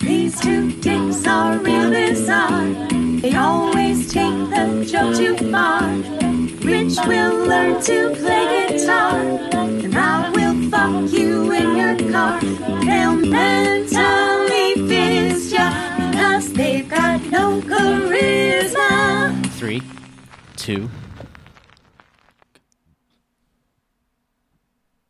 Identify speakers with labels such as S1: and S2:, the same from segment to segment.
S1: These two dicks are real bizarre. They always take the joke too far. Rich will learn to play guitar, and I will fuck you in your car. They'll mentally fist ya because they've got no charisma.
S2: Three, two.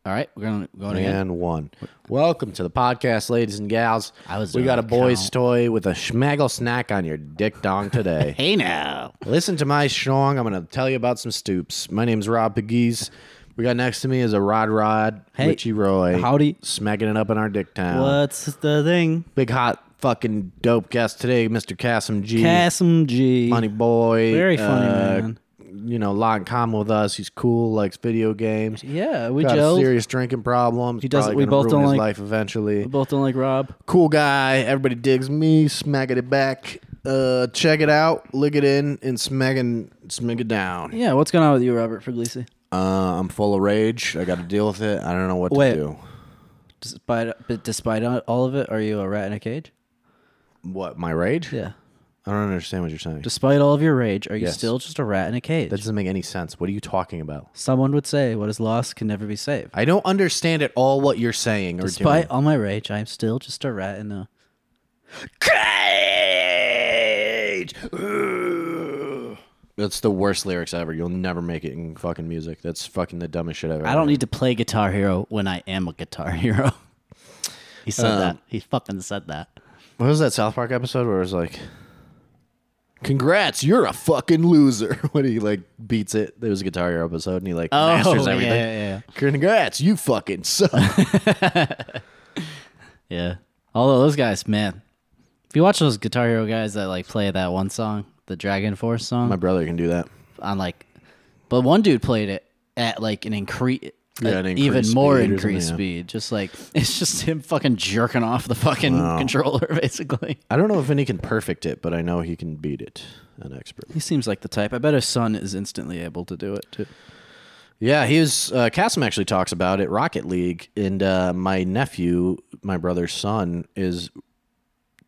S2: All right, we're going to go again.
S3: and one. Welcome to the podcast, ladies and gals.
S2: I was
S3: we
S2: doing
S3: got a
S2: the
S3: boy's
S2: count.
S3: toy with a schmaggle snack on your dick dong today.
S2: Hey now.
S3: Listen to my schlong. I'm going to tell you about some stoops. My name's Rob Pegues. We got next to me is a Rod Rod,
S2: Hey.
S3: Richie Roy.
S2: Howdy.
S3: Smacking it up in our dick town.
S2: What's the thing?
S3: Big hot fucking dope guest today, Mr. Cassim G.
S2: Casim G.
S3: Funny boy.
S2: Very funny,
S3: uh,
S2: man.
S3: You know, a lot in common with us. He's cool, likes video games.
S2: Yeah, we
S3: got a
S2: gelled.
S3: serious drinking problem. He
S2: doesn't- we both
S3: ruin
S2: don't
S3: his
S2: like-
S3: life eventually.
S2: We both don't like Rob.
S3: Cool guy. Everybody digs me. Smacking it back. Uh, check it out. Lick it in and smacking smack it down.
S2: Yeah, what's going on with you, Robert Puglisi?
S3: Uh, I'm full of rage. I got to deal with it. I don't know what
S2: Wait.
S3: to do.
S2: Despite, but despite all of it, are you a rat in a cage?
S3: What my rage?
S2: Yeah.
S3: I don't understand what you're saying.
S2: Despite all of your rage, are you
S3: Yes.
S2: still just a rat in a cage?
S3: that doesn't make any sense. What are you talking about?
S2: Someone would say, "What is lost can never be saved."
S3: I don't understand at all what you're saying or
S2: Despite
S3: doing.
S2: all my rage, I am still just a rat in a cage.
S3: That's the worst lyrics ever. You'll never make it in fucking music. That's fucking the dumbest shit I've ever.
S4: I don't
S3: heard.
S4: need to play Guitar Hero when I am a Guitar Hero. he said that. He fucking said that.
S3: What was that South Park episode where it was like, "Congrats, you're a fucking loser." when he like beats it, there was a Guitar Hero episode, and he like masters
S4: Oh, yeah,
S3: everything.
S4: yeah,
S3: Congrats, you fucking suck.
S4: yeah, yeah. Although those guys, man, if you watch those Guitar Hero guys that like play that one song, the Dragon Force song,
S3: My brother can do that.
S4: on like, but one dude played it at like an increase.
S3: Yeah, an
S4: even
S3: increased
S4: more
S3: speed or
S4: increased
S3: something,
S4: speed. Just like it's just him fucking jerking off the fucking controller, basically.
S3: I don't know if any can perfect it, but I know he can beat it. An expert.
S2: He seems like the type. I bet his son is instantly able to do it too.
S3: Yeah, he was. Uh, Kasim actually talks about it, Rocket League, and uh, my nephew, my brother's son, is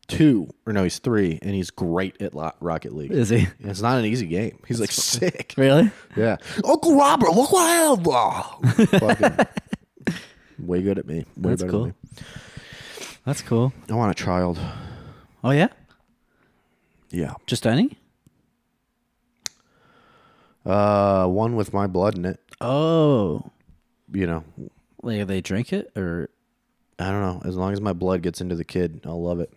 S3: two or no, he's three, and he's great at lo- Rocket League.
S4: Is he
S3: It's not an easy game. He's like sick.
S4: really?
S3: Yeah, Uncle Robert, look what I have. Ah. Fucking way good at me. Way better
S4: cool.
S3: Than me.
S4: That's cool.
S3: I want a child.
S4: Oh yeah,
S3: Yeah,
S4: just any?
S3: uh, one with my blood in it.
S4: Oh,
S3: You know,
S4: like they drink it or
S3: I don't know. As long as my blood gets into the kid, I'll love it.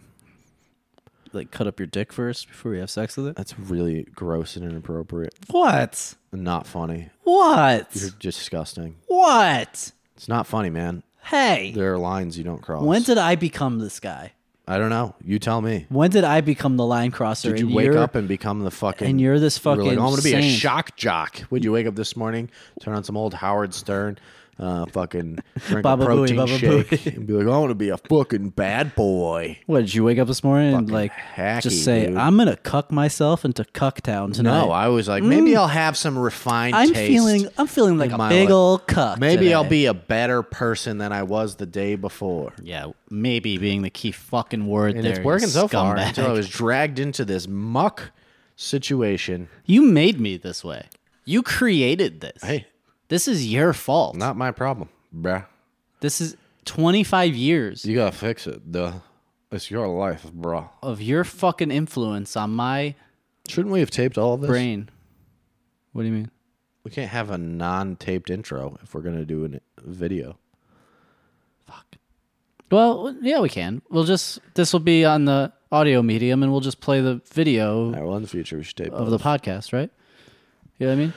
S4: like cut up your dick first before you have sex with it?
S3: That's really gross and inappropriate.
S4: What?
S3: Not funny.
S4: What?
S3: You're disgusting.
S4: What?
S3: It's not funny, man.
S4: Hey,
S3: There are lines you don't cross.
S4: when did I become this guy?
S3: I don't know. You tell me.
S4: When did I become the line crosser?
S3: Did you
S4: and
S3: wake
S4: you're-
S3: up and become the fucking?
S4: and you're this
S3: you were like,
S4: fucking
S3: "Oh, I'm gonna be a
S4: saint."
S3: shock jock. Would you wake up this morning, turn on some old Howard Stern, uh, fucking drink
S4: Baba Booey,
S3: a protein
S4: Baba
S3: shake,
S4: Booey.
S3: and be like, "I want to be a fucking bad boy."
S4: What did you wake up this morning and
S3: Fucking
S4: like
S3: hacky,
S4: just say
S3: dude.
S4: I'm gonna cuck myself into Cucktown tonight?
S3: No, I was like, maybe I'll have some refined.
S4: am
S3: taste
S4: feeling I'm feeling like
S3: in
S4: a
S3: my
S4: big
S3: life.
S4: ol' cuck.
S3: Maybe I'll
S4: today.
S3: be a better person than I was the day before.
S4: yeah, maybe being the key fucking word
S3: And
S4: there.
S3: it's
S4: you
S3: working so far
S4: scumbag.
S3: until I was dragged into this muck situation.
S4: You made me this way. You created this.
S3: Hey,
S4: This is your fault.
S3: not my problem, bruh.
S4: This is 25 years
S3: You gotta fix it, duh. It's your life, bruh.
S4: of your fucking influence on my
S3: Shouldn't we have taped all of this?
S4: brain. What do you mean?
S3: We can't have a non-taped intro if we're gonna do a video.
S4: Well, yeah, we can. We'll just this will be on the audio medium, and we'll just play the video
S3: All right, well, in the future we should tape
S4: of the podcast, right? You know what I mean?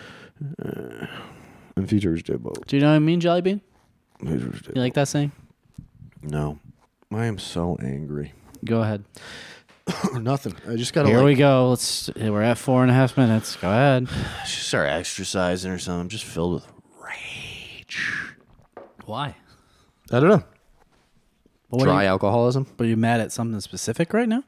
S3: In the future we should tape both.
S4: Do you know what I mean, Jellybean?
S3: Future we should tape-
S4: You like that saying?
S3: No, I am so angry.
S4: Go ahead.
S3: Nothing. I just gotta.
S4: Here
S3: like,
S4: we go. Let's. We're at four and a half minutes. Go ahead.
S3: Just start exercising or something. I'm just filled with rage.
S4: Why?
S3: I don't know.
S4: what do
S3: Dry alcoholism.
S4: But you're mad at something specific right now?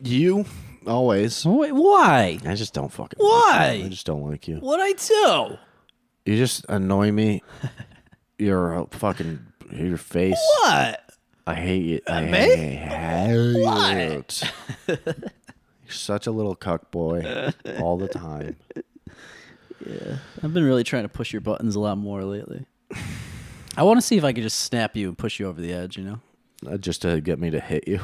S3: You always.
S4: Wait, why?
S3: I just don't fucking.
S4: Why?
S3: Like you. I just don't like you.
S4: What I do?
S3: You just annoy me. You're a fucking your face.
S4: What?
S3: I hate it. I hate it. You're such a little cuck boy all the time.
S4: I've been really trying to push your buttons a lot more lately. I want to see if I could just snap you and push you over the edge, you know?
S3: Uh, Just to get me to hit you.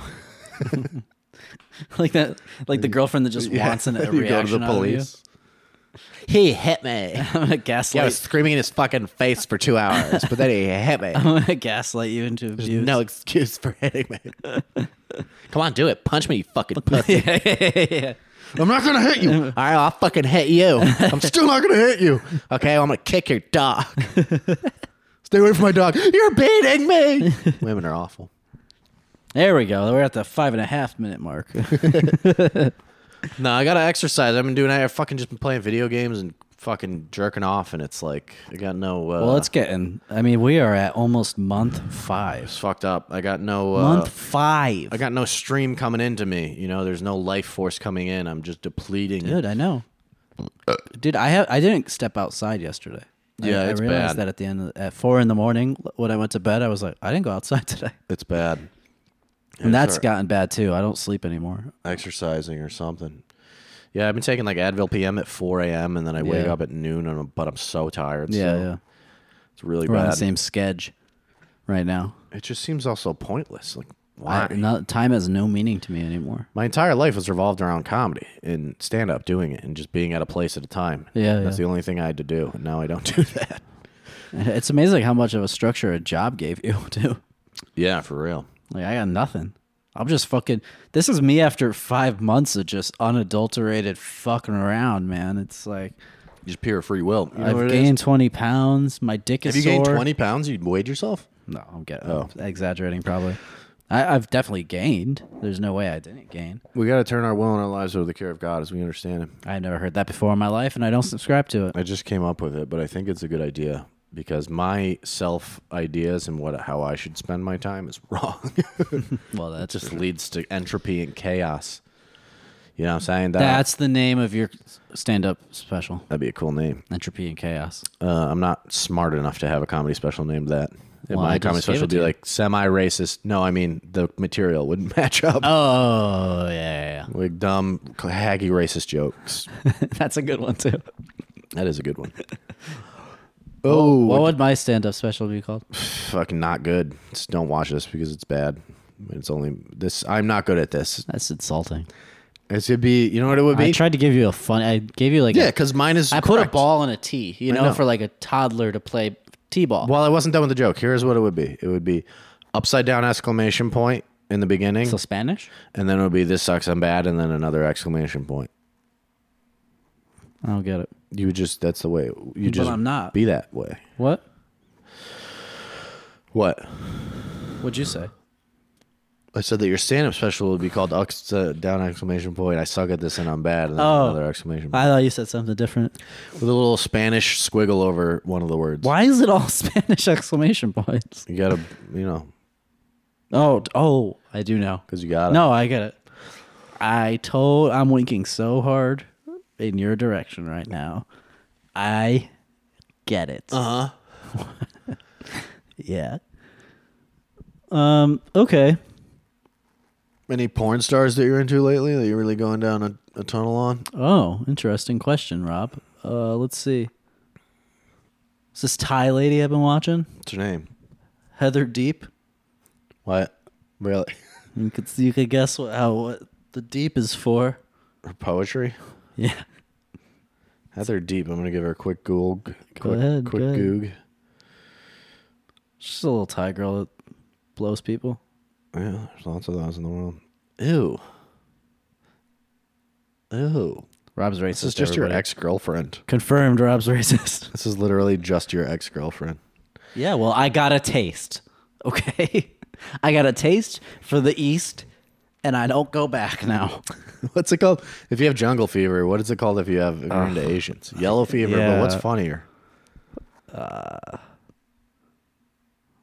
S4: like that like the girlfriend that just wants an, a
S3: you go
S4: reaction
S3: to the
S4: out of you.
S3: police.
S4: He hit me. I'm gonna
S3: Yeah,
S4: gaslight.
S3: I was screaming in his fucking face for two hours, but then he hit me.
S4: I'm gonna gaslight you into abuse.
S3: There's no excuse for hitting me. Come on, do it. Punch me, you fucking pussy.
S4: yeah.
S3: I'm not gonna hit you. All right, I'll fucking hit you. I'm still not gonna hit you. Okay, I'm gonna kick your dog. Stay away from my dog. You're beating me. Women are awful.
S4: There we go. We're at the five and a half minute mark.
S3: No, I gotta exercise. I've been doing. I've fucking just been playing video games and fucking jerking off, and it's like I got no. Uh,
S4: well, it's getting. I mean, we are at almost month five.
S3: it's fucked up. I got no. Uh,
S4: month five,
S3: I got no stream coming into me. You know, there's no life force coming in. I'm just depleting. it.
S4: dude. I know. Dude, I have. I didn't step outside yesterday. I-
S3: Uh, Yeah,
S4: I,
S3: it's
S4: realized
S3: bad.
S4: that at the end of, at four in the morning when I went to bed, I was like, I didn't go outside today,
S3: It's bad.
S4: and
S3: Yeah,
S4: that's
S3: sure.
S4: gotten bad too. I don't sleep anymore.
S3: exercising or something. Yeah, I've been taking like Advil PM at 4 a.m. and then I wake
S4: Yeah.
S3: up at noon, and I'm, but I'm so tired.
S4: Yeah,
S3: so
S4: yeah.
S3: it's really
S4: We're on
S3: bad.
S4: the same sketch right now.
S3: It just seems also pointless. Like why?
S4: I, no, time has no meaning to me anymore.
S3: My entire life has revolved around comedy and stand up, doing it, and just being at a place at a time.
S4: Yeah,
S3: that's
S4: yeah.
S3: the only thing I had to do, and now I don't do that.
S4: It's amazing how much of a structure a job gave you too.
S3: Yeah, for real.
S4: Like I got nothing. I'm just fucking. This is me after five months of just unadulterated fucking around, man. It's like
S3: Just pure free will. You know what
S4: I've
S3: it is?
S4: gained 20 pounds. My dick is
S3: Have you gained
S4: sore.
S3: 20 pounds? You weighed yourself?
S4: No, I'm getting. I'm exaggerating probably. I, I've definitely gained. There's no way I didn't gain.
S3: We got to turn our will and our lives over to the care of God as we understand Him.
S4: I never heard that before in my life, and I don't subscribe to it.
S3: I just came up with it, but I think it's a good idea because my self ideas and what how I should spend my time is wrong.
S4: Well, that's
S3: just leads to entropy and chaos. You know what I'm saying? That,
S4: that's the name of your stand-up special,
S3: that'd be a cool name.
S4: Entropy and Chaos.
S3: Uh, I'm not smart enough to have a comedy special named that. And
S4: Well,
S3: my
S4: I
S3: comedy
S4: just gave
S3: special would
S4: it
S3: be
S4: to you.
S3: like semi racist. No, I mean the material wouldn't match up.
S4: Oh yeah, yeah,
S3: Like dumb, haggy racist jokes.
S4: yeah. that's a good one too.
S3: that is a good one. Oh,
S4: What would my stand-up special be called?
S3: fucking not good. Just don't watch this because it's bad. It's only this. I'm not good at this.
S4: That's insulting.
S3: It should be. You know what it would be?
S4: I tried to give you a fun. I gave you like
S3: yeah,
S4: a-
S3: because mine is.
S4: I put a
S3: correct.
S4: ball in a tee, you know,
S3: know.
S4: for like a toddler to play t-ball.
S3: Well, I wasn't done with the joke. Here's what it would be. It would be upside down exclamation point in the beginning,
S4: So Spanish?
S3: and then it would be this sucks, I'm bad, and then another exclamation point.
S4: I don't get it.
S3: You would just that's the way you just
S4: I'm not.
S3: be that way.
S4: What?
S3: What
S4: What'd you say?
S3: I said that your stand-up special would be called upside down exclamation point. I suck at this and I'm bad, and then
S4: Oh.
S3: another exclamation
S4: I
S3: point
S4: thought you said something different.
S3: with a little Spanish squiggle over one of the words.
S4: Why is it all Spanish exclamation points?
S3: You gotta, you know,
S4: Oh, d- oh, I do know.
S3: because you gotta.
S4: No, I get it. I told I'm winking so hard in your direction right now. I get it. Uh-huh. yeah. Um, okay.
S3: Any porn stars that you're into lately that you're really going down a, a tunnel on?
S4: Oh, interesting question, Rob. Uh, let's see. Is this Thai lady I've been watching?
S3: What's her name?
S4: Heather Deep.
S3: What? Really?
S4: You could you could guess what how what the deep is for.
S3: Her poetry?
S4: Yeah.
S3: Heather Deep. I'm gonna give her a quick goog. Quick,
S4: ahead,
S3: Quick
S4: go ahead.
S3: goog.
S4: She's a little Thai girl that blows people.
S3: Yeah, there's lots of those in the world. Ew. Ew.
S4: Rob's racist.
S3: This is just your ex girlfriend.
S4: Confirmed Rob's racist.
S3: This is literally just your ex girlfriend.
S4: yeah, well, I got a taste. Okay. I got a taste for the East and I don't go back now.
S3: What's it called? If you have jungle fever, what is it called if you have if you're into Asians? Yellow fever, but what's
S4: yeah.
S3: funnier?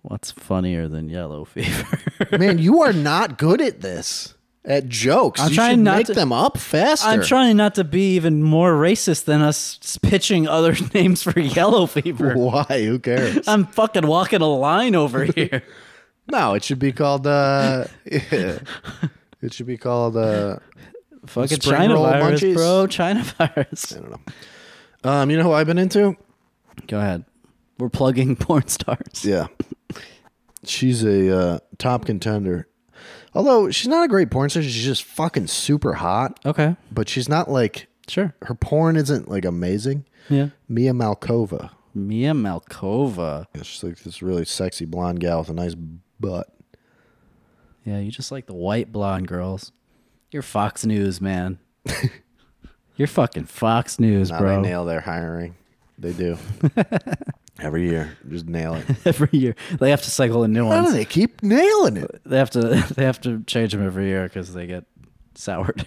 S4: What's funnier than yellow fever?
S3: Man, you are not good at this. At jokes.
S4: I'm
S3: You
S4: trying
S3: should
S4: not
S3: make
S4: to-
S3: them up faster.
S4: I'm trying not to be even more racist than us s- pitching other names for yellow fever.
S3: Why? Who cares?
S4: I'm fucking walking a line over here.
S3: No, it should be called. Uh, It should be called. Uh,
S4: Fucking
S3: Spring
S4: China
S3: roll
S4: virus,
S3: munchies.
S4: bro. China virus.
S3: um, you know who I've been into?
S4: Go ahead. We're plugging porn stars.
S3: Yeah, she's a uh, top contender. Although she's not a great porn star, she's just fucking super hot.
S4: Okay.
S3: But she's not like
S4: Sure.
S3: her porn isn't like amazing.
S4: Yeah.
S3: Mia Malkova.
S4: Mia Malkova.
S3: Yeah, she's like this really sexy blonde gal with a nice butt.
S4: Yeah, you just like the white blonde girls. You're Fox News, man. You're fucking Fox News,
S3: Now
S4: bro.
S3: they nail their hiring. They do. Every year, just nail it.
S4: every year, they have to cycle in new
S3: How do
S4: ones.
S3: they keep nailing it?
S4: They have to they have to change them every year because they get soured.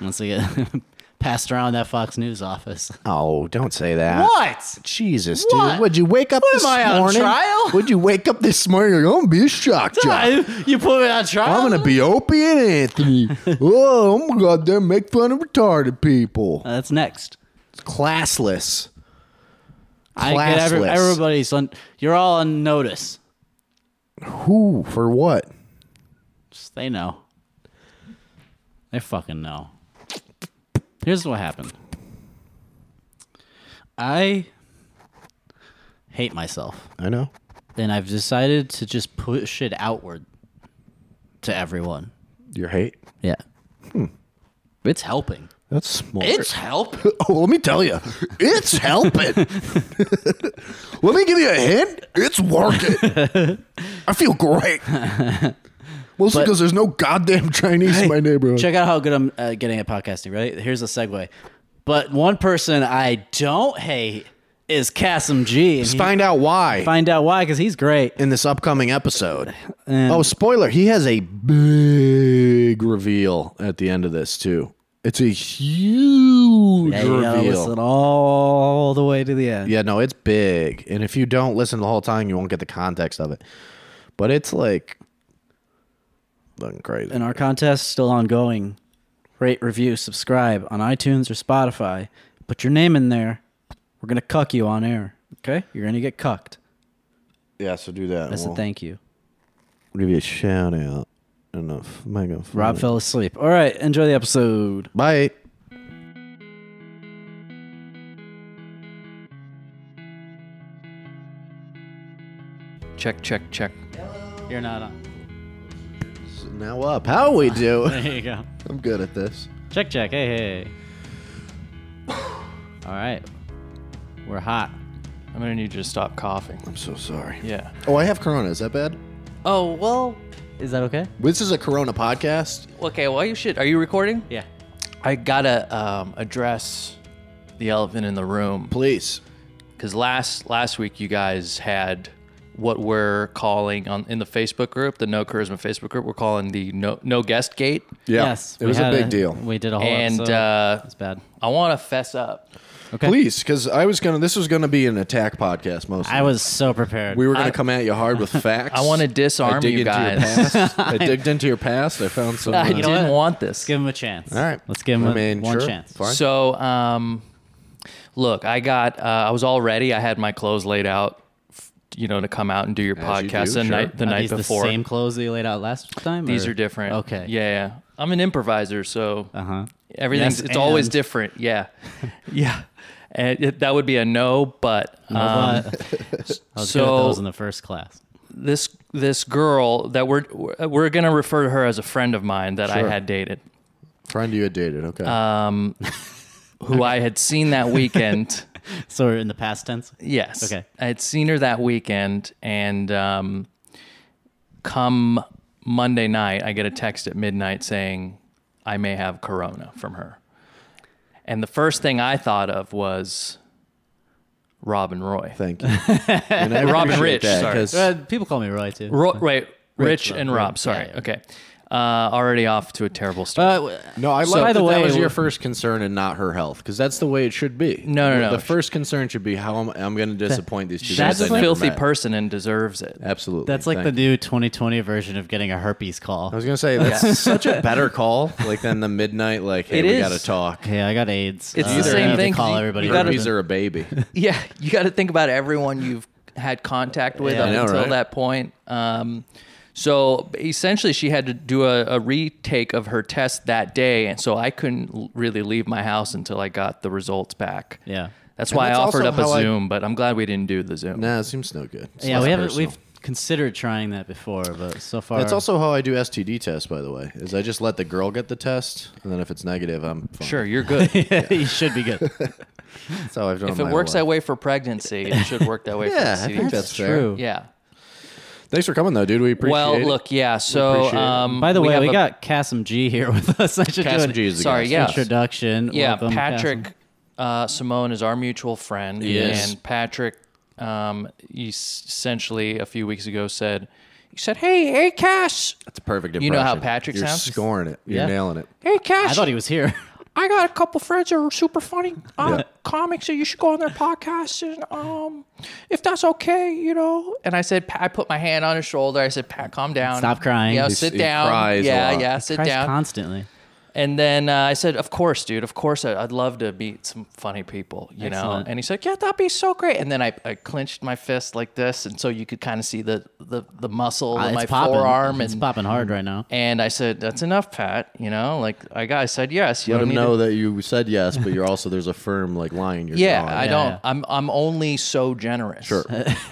S4: Once they get passed around that Fox News office.
S3: Oh, don't say that.
S4: What?
S3: Jesus,
S4: What?
S3: dude. Would you wake up this
S4: am I, on
S3: morning?
S4: trial?
S3: Would you wake up this morning? and go, I'm gonna be a shock jock.
S4: You put me on trial.
S3: I'm gonna be Opie and Anthony. oh, I'm gonna go out there and make fun of retarded people.
S4: Uh, that's next.
S3: It's classless.
S4: I get every,
S3: Classless.
S4: everybody's on. You're all on notice.
S3: Who for what?
S4: Just- They know. They fucking know. Here's what happened. I hate myself,
S3: I know.
S4: and I've decided to just push it outward to everyone.
S3: Your hate.
S4: Yeah.
S3: Hmm.
S4: It's helping.
S3: That's smart.
S4: It's helping.
S3: Oh, let me tell you, it's helping. let me give you a hint. It's working. I feel great. Mostly
S4: But-
S3: because there's no goddamn Chinese in my neighborhood.
S4: Check out how good I'm uh, getting at podcasting, right? Here's a segue. But one person I don't hate is Casim G. and he-
S3: Find out why
S4: find out why, because he's great.
S3: in this upcoming episode.
S4: Um,
S3: oh, spoiler! He has a big reveal at the end of this too. It's a huge
S4: Yeah, you gotta
S3: reveal.
S4: listen all the way to the end.
S3: Yeah, no, it's big. And if you don't listen the whole time, you won't get the context of it. But it's like fucking crazy.
S4: And our contest still ongoing. Rate, review, subscribe on iTunes or Spotify. Put your name in there. We're gonna cuck you on air. Okay, you're gonna get cucked.
S3: yeah, so do that.
S4: That's
S3: We'll
S4: a thank you.
S3: Give you a shout out. Enough. Mega.
S4: Rob fell asleep. All right, enjoy the episode.
S3: Bye.
S5: Check, check, check.
S4: You're not on.
S3: So now up. How we do?
S4: There you go.
S3: I'm good at this.
S4: Check, check. Hey, hey. All right, we're hot.
S5: I'm gonna need you to stop coughing.
S3: I'm so sorry.
S5: Yeah.
S3: Oh, I have Corona. Is that bad?
S5: Oh well.
S4: Is that okay?
S3: This is a Corona podcast.
S5: Okay. Well, you should. Are you recording?
S4: Yeah.
S5: I gotta um, address the elephant in the room
S3: Please.
S5: because last last week you guys had what we're calling on in the Facebook group, the No Charisma Facebook group. We're calling the No No Guest Gate,
S3: Yeah.
S4: Yes.
S3: It
S4: we
S3: was a
S4: had
S3: big deal.
S4: We did a whole
S5: and
S4: episode.
S5: uh,
S4: It's bad.
S5: I want to fess up.
S4: Okay.
S3: Please, because I was gonna. This was gonna be an attack podcast. Mostly,
S4: I was so prepared.
S3: We were gonna
S5: I-
S3: come at you hard with facts.
S5: I wanna disarm
S3: I dig
S5: you
S3: into Your
S5: guys.
S3: past. I digged into your past. I found some.
S5: I
S3: uh,
S5: didn't
S4: what?
S5: want this.
S4: Let's give him a chance.
S3: All right.
S4: Let's give him
S3: I
S4: a-
S3: mean,
S4: one
S3: sure.
S4: chance.
S3: Fine.
S5: So, um, look, I got, uh, I was all ready. I had my clothes laid out, f- you know, to come out and do your
S3: As you
S5: podcast
S3: do,
S5: the
S3: sure.
S5: night, the
S4: Are
S5: night
S4: these
S5: before.
S4: the same clothes that you laid out last time?
S5: These
S4: or-
S5: are different.
S4: Okay.
S5: Yeah, yeah. I'm an improviser, so
S4: Uh huh.
S5: everything's,
S4: Yes,
S5: it's always
S4: and.
S5: different. Yeah. yeah. And it, that would be a no, but, um,
S4: I was good at
S5: so-
S4: those in the first class.
S5: this, this girl that we're, we're going to refer to her as a friend of mine that I
S3: Sure.
S5: had dated.
S3: Friend you had dated. Okay.
S5: Um, who I had seen that weekend.
S4: So we're in the past tense.
S5: Yes.
S4: Okay.
S5: I had seen her that weekend, and um, come Monday night, I get a text at midnight saying I may have corona from her. And the first thing I thought of was Robin Roy.
S3: Thank you. And I
S5: Robin
S3: appreciate
S5: Rich,
S3: that,
S5: sorry.
S3: 'cause-
S4: Uh, people call me Roy too.
S5: Ro- right. Rich
S4: Rob,
S5: and
S4: right.
S5: Rob. Sorry.
S4: Yeah, yeah.
S5: Okay. uh, already off to a terrible start.
S6: Uh,
S3: No, I love
S6: by the
S3: that, that
S6: way,
S3: was
S6: w-
S3: your first concern and not her health because that's the way it should be.
S5: No, no, no.
S3: The first concern should be how am I'm going to disappoint these two.
S5: That's
S3: guys
S5: a
S3: I never
S5: filthy
S3: met.
S5: person and deserves it.
S3: Absolutely.
S4: That's like the
S3: Thank-
S4: new 2020 version of getting a herpes
S3: I
S4: call.
S3: was going to say that's such a better call like than the midnight like hey
S5: It
S3: we
S5: is.
S3: got to talk.
S4: Hey, I got AIDS.
S5: It's
S4: Uh,
S5: the same
S4: I need to
S5: thing.
S4: Call
S5: You-
S4: everybody.
S5: you gotta-
S3: Herpes are a baby.
S5: Yeah, you got to think about everyone you've had contact with
S4: Yeah.
S5: up
S3: I know,
S5: until
S3: right?
S5: that point. Um, so essentially, she had to do a, a retake of her test that day, and so I couldn't l- really leave my house until I got the results back.
S4: Yeah.
S5: that's
S3: And
S5: why
S3: that's
S5: I offered
S3: also
S5: up a
S3: how I-
S5: Zoom, but I'm glad we didn't do the Zoom.
S3: nah, it seems no good. It's
S4: yeah,
S3: less
S4: we haven't.
S3: personal.
S4: We've considered trying that before, but so far
S5: Uh,
S3: That's also how I do STD tests, by the way. Is I just let the girl get the test, and then if it's negative, I'm fine.
S5: Sure, you're good. if
S4: you should be good.
S3: That's how I've done.
S5: it
S3: my
S5: works
S3: whole
S5: that way for pregnancy, it should work that way
S3: life. yeah,
S5: for
S3: I
S5: STDs.
S3: think that's fair.
S6: true.
S5: yeah.
S3: Thanks for coming though, dude. We appreciate
S5: well,
S3: it.
S5: look, yeah. So,
S3: appreciate it.
S5: um,
S6: By the way,
S5: have
S6: we
S5: a-
S6: got Cassim G here with us. I should do
S3: Cassim
S6: an
S3: G is the
S5: Sorry,
S3: guy.
S5: yeah.
S4: Introduction.
S5: Yeah,
S4: Welcome,
S5: Patrick uh, Simone is our mutual friend.
S3: Yes.
S5: And Patrick, um, he s- essentially a few weeks ago said, he said, "Hey, hey, Cash,
S3: That's a perfect
S5: You
S3: impression.
S5: know how Patrick
S3: You're
S5: sounds?
S3: scoring it. You're
S4: Yeah.
S3: nailing it.
S5: hey,
S4: Cassim. I
S5: Cash,
S4: thought he was here.
S5: I got a couple friends that are super funny um,
S3: Yeah.
S5: comics, so you should go on their podcast. And um, if that's okay, you know." And I said, "Pa- I put my hand on his shoulder. I said, Pat, calm down.
S4: Stop crying.
S5: Yeah,
S4: He-
S5: sit
S3: he
S5: down.
S3: cries a
S5: yeah,
S3: lot.
S5: yeah,
S3: He
S5: sit
S4: Cries
S5: down.
S4: constantly.
S5: And then uh, I said, "Of course, dude. Of course, I- I'd love to meet some funny people, you know."
S4: Excellent.
S5: And he said, "Yeah, that'd be so great." And then I, I clenched my fist like this, and so you could kind of see the the, the muscle
S3: Ah,
S4: Uh,
S5: in my
S4: it's popping.
S5: forearm.
S4: It's
S5: and
S4: popping hard right now.
S5: and I said, "That's enough, Pat. You know, like I got. I said yes. You
S3: Let
S5: don't
S3: him
S5: need
S3: know
S5: to-
S3: that you said yes, but you're also there's a firm like line. You're
S5: Yeah,
S3: drawing.
S5: I don't.
S4: yeah.
S5: I'm I'm only so generous. Sure.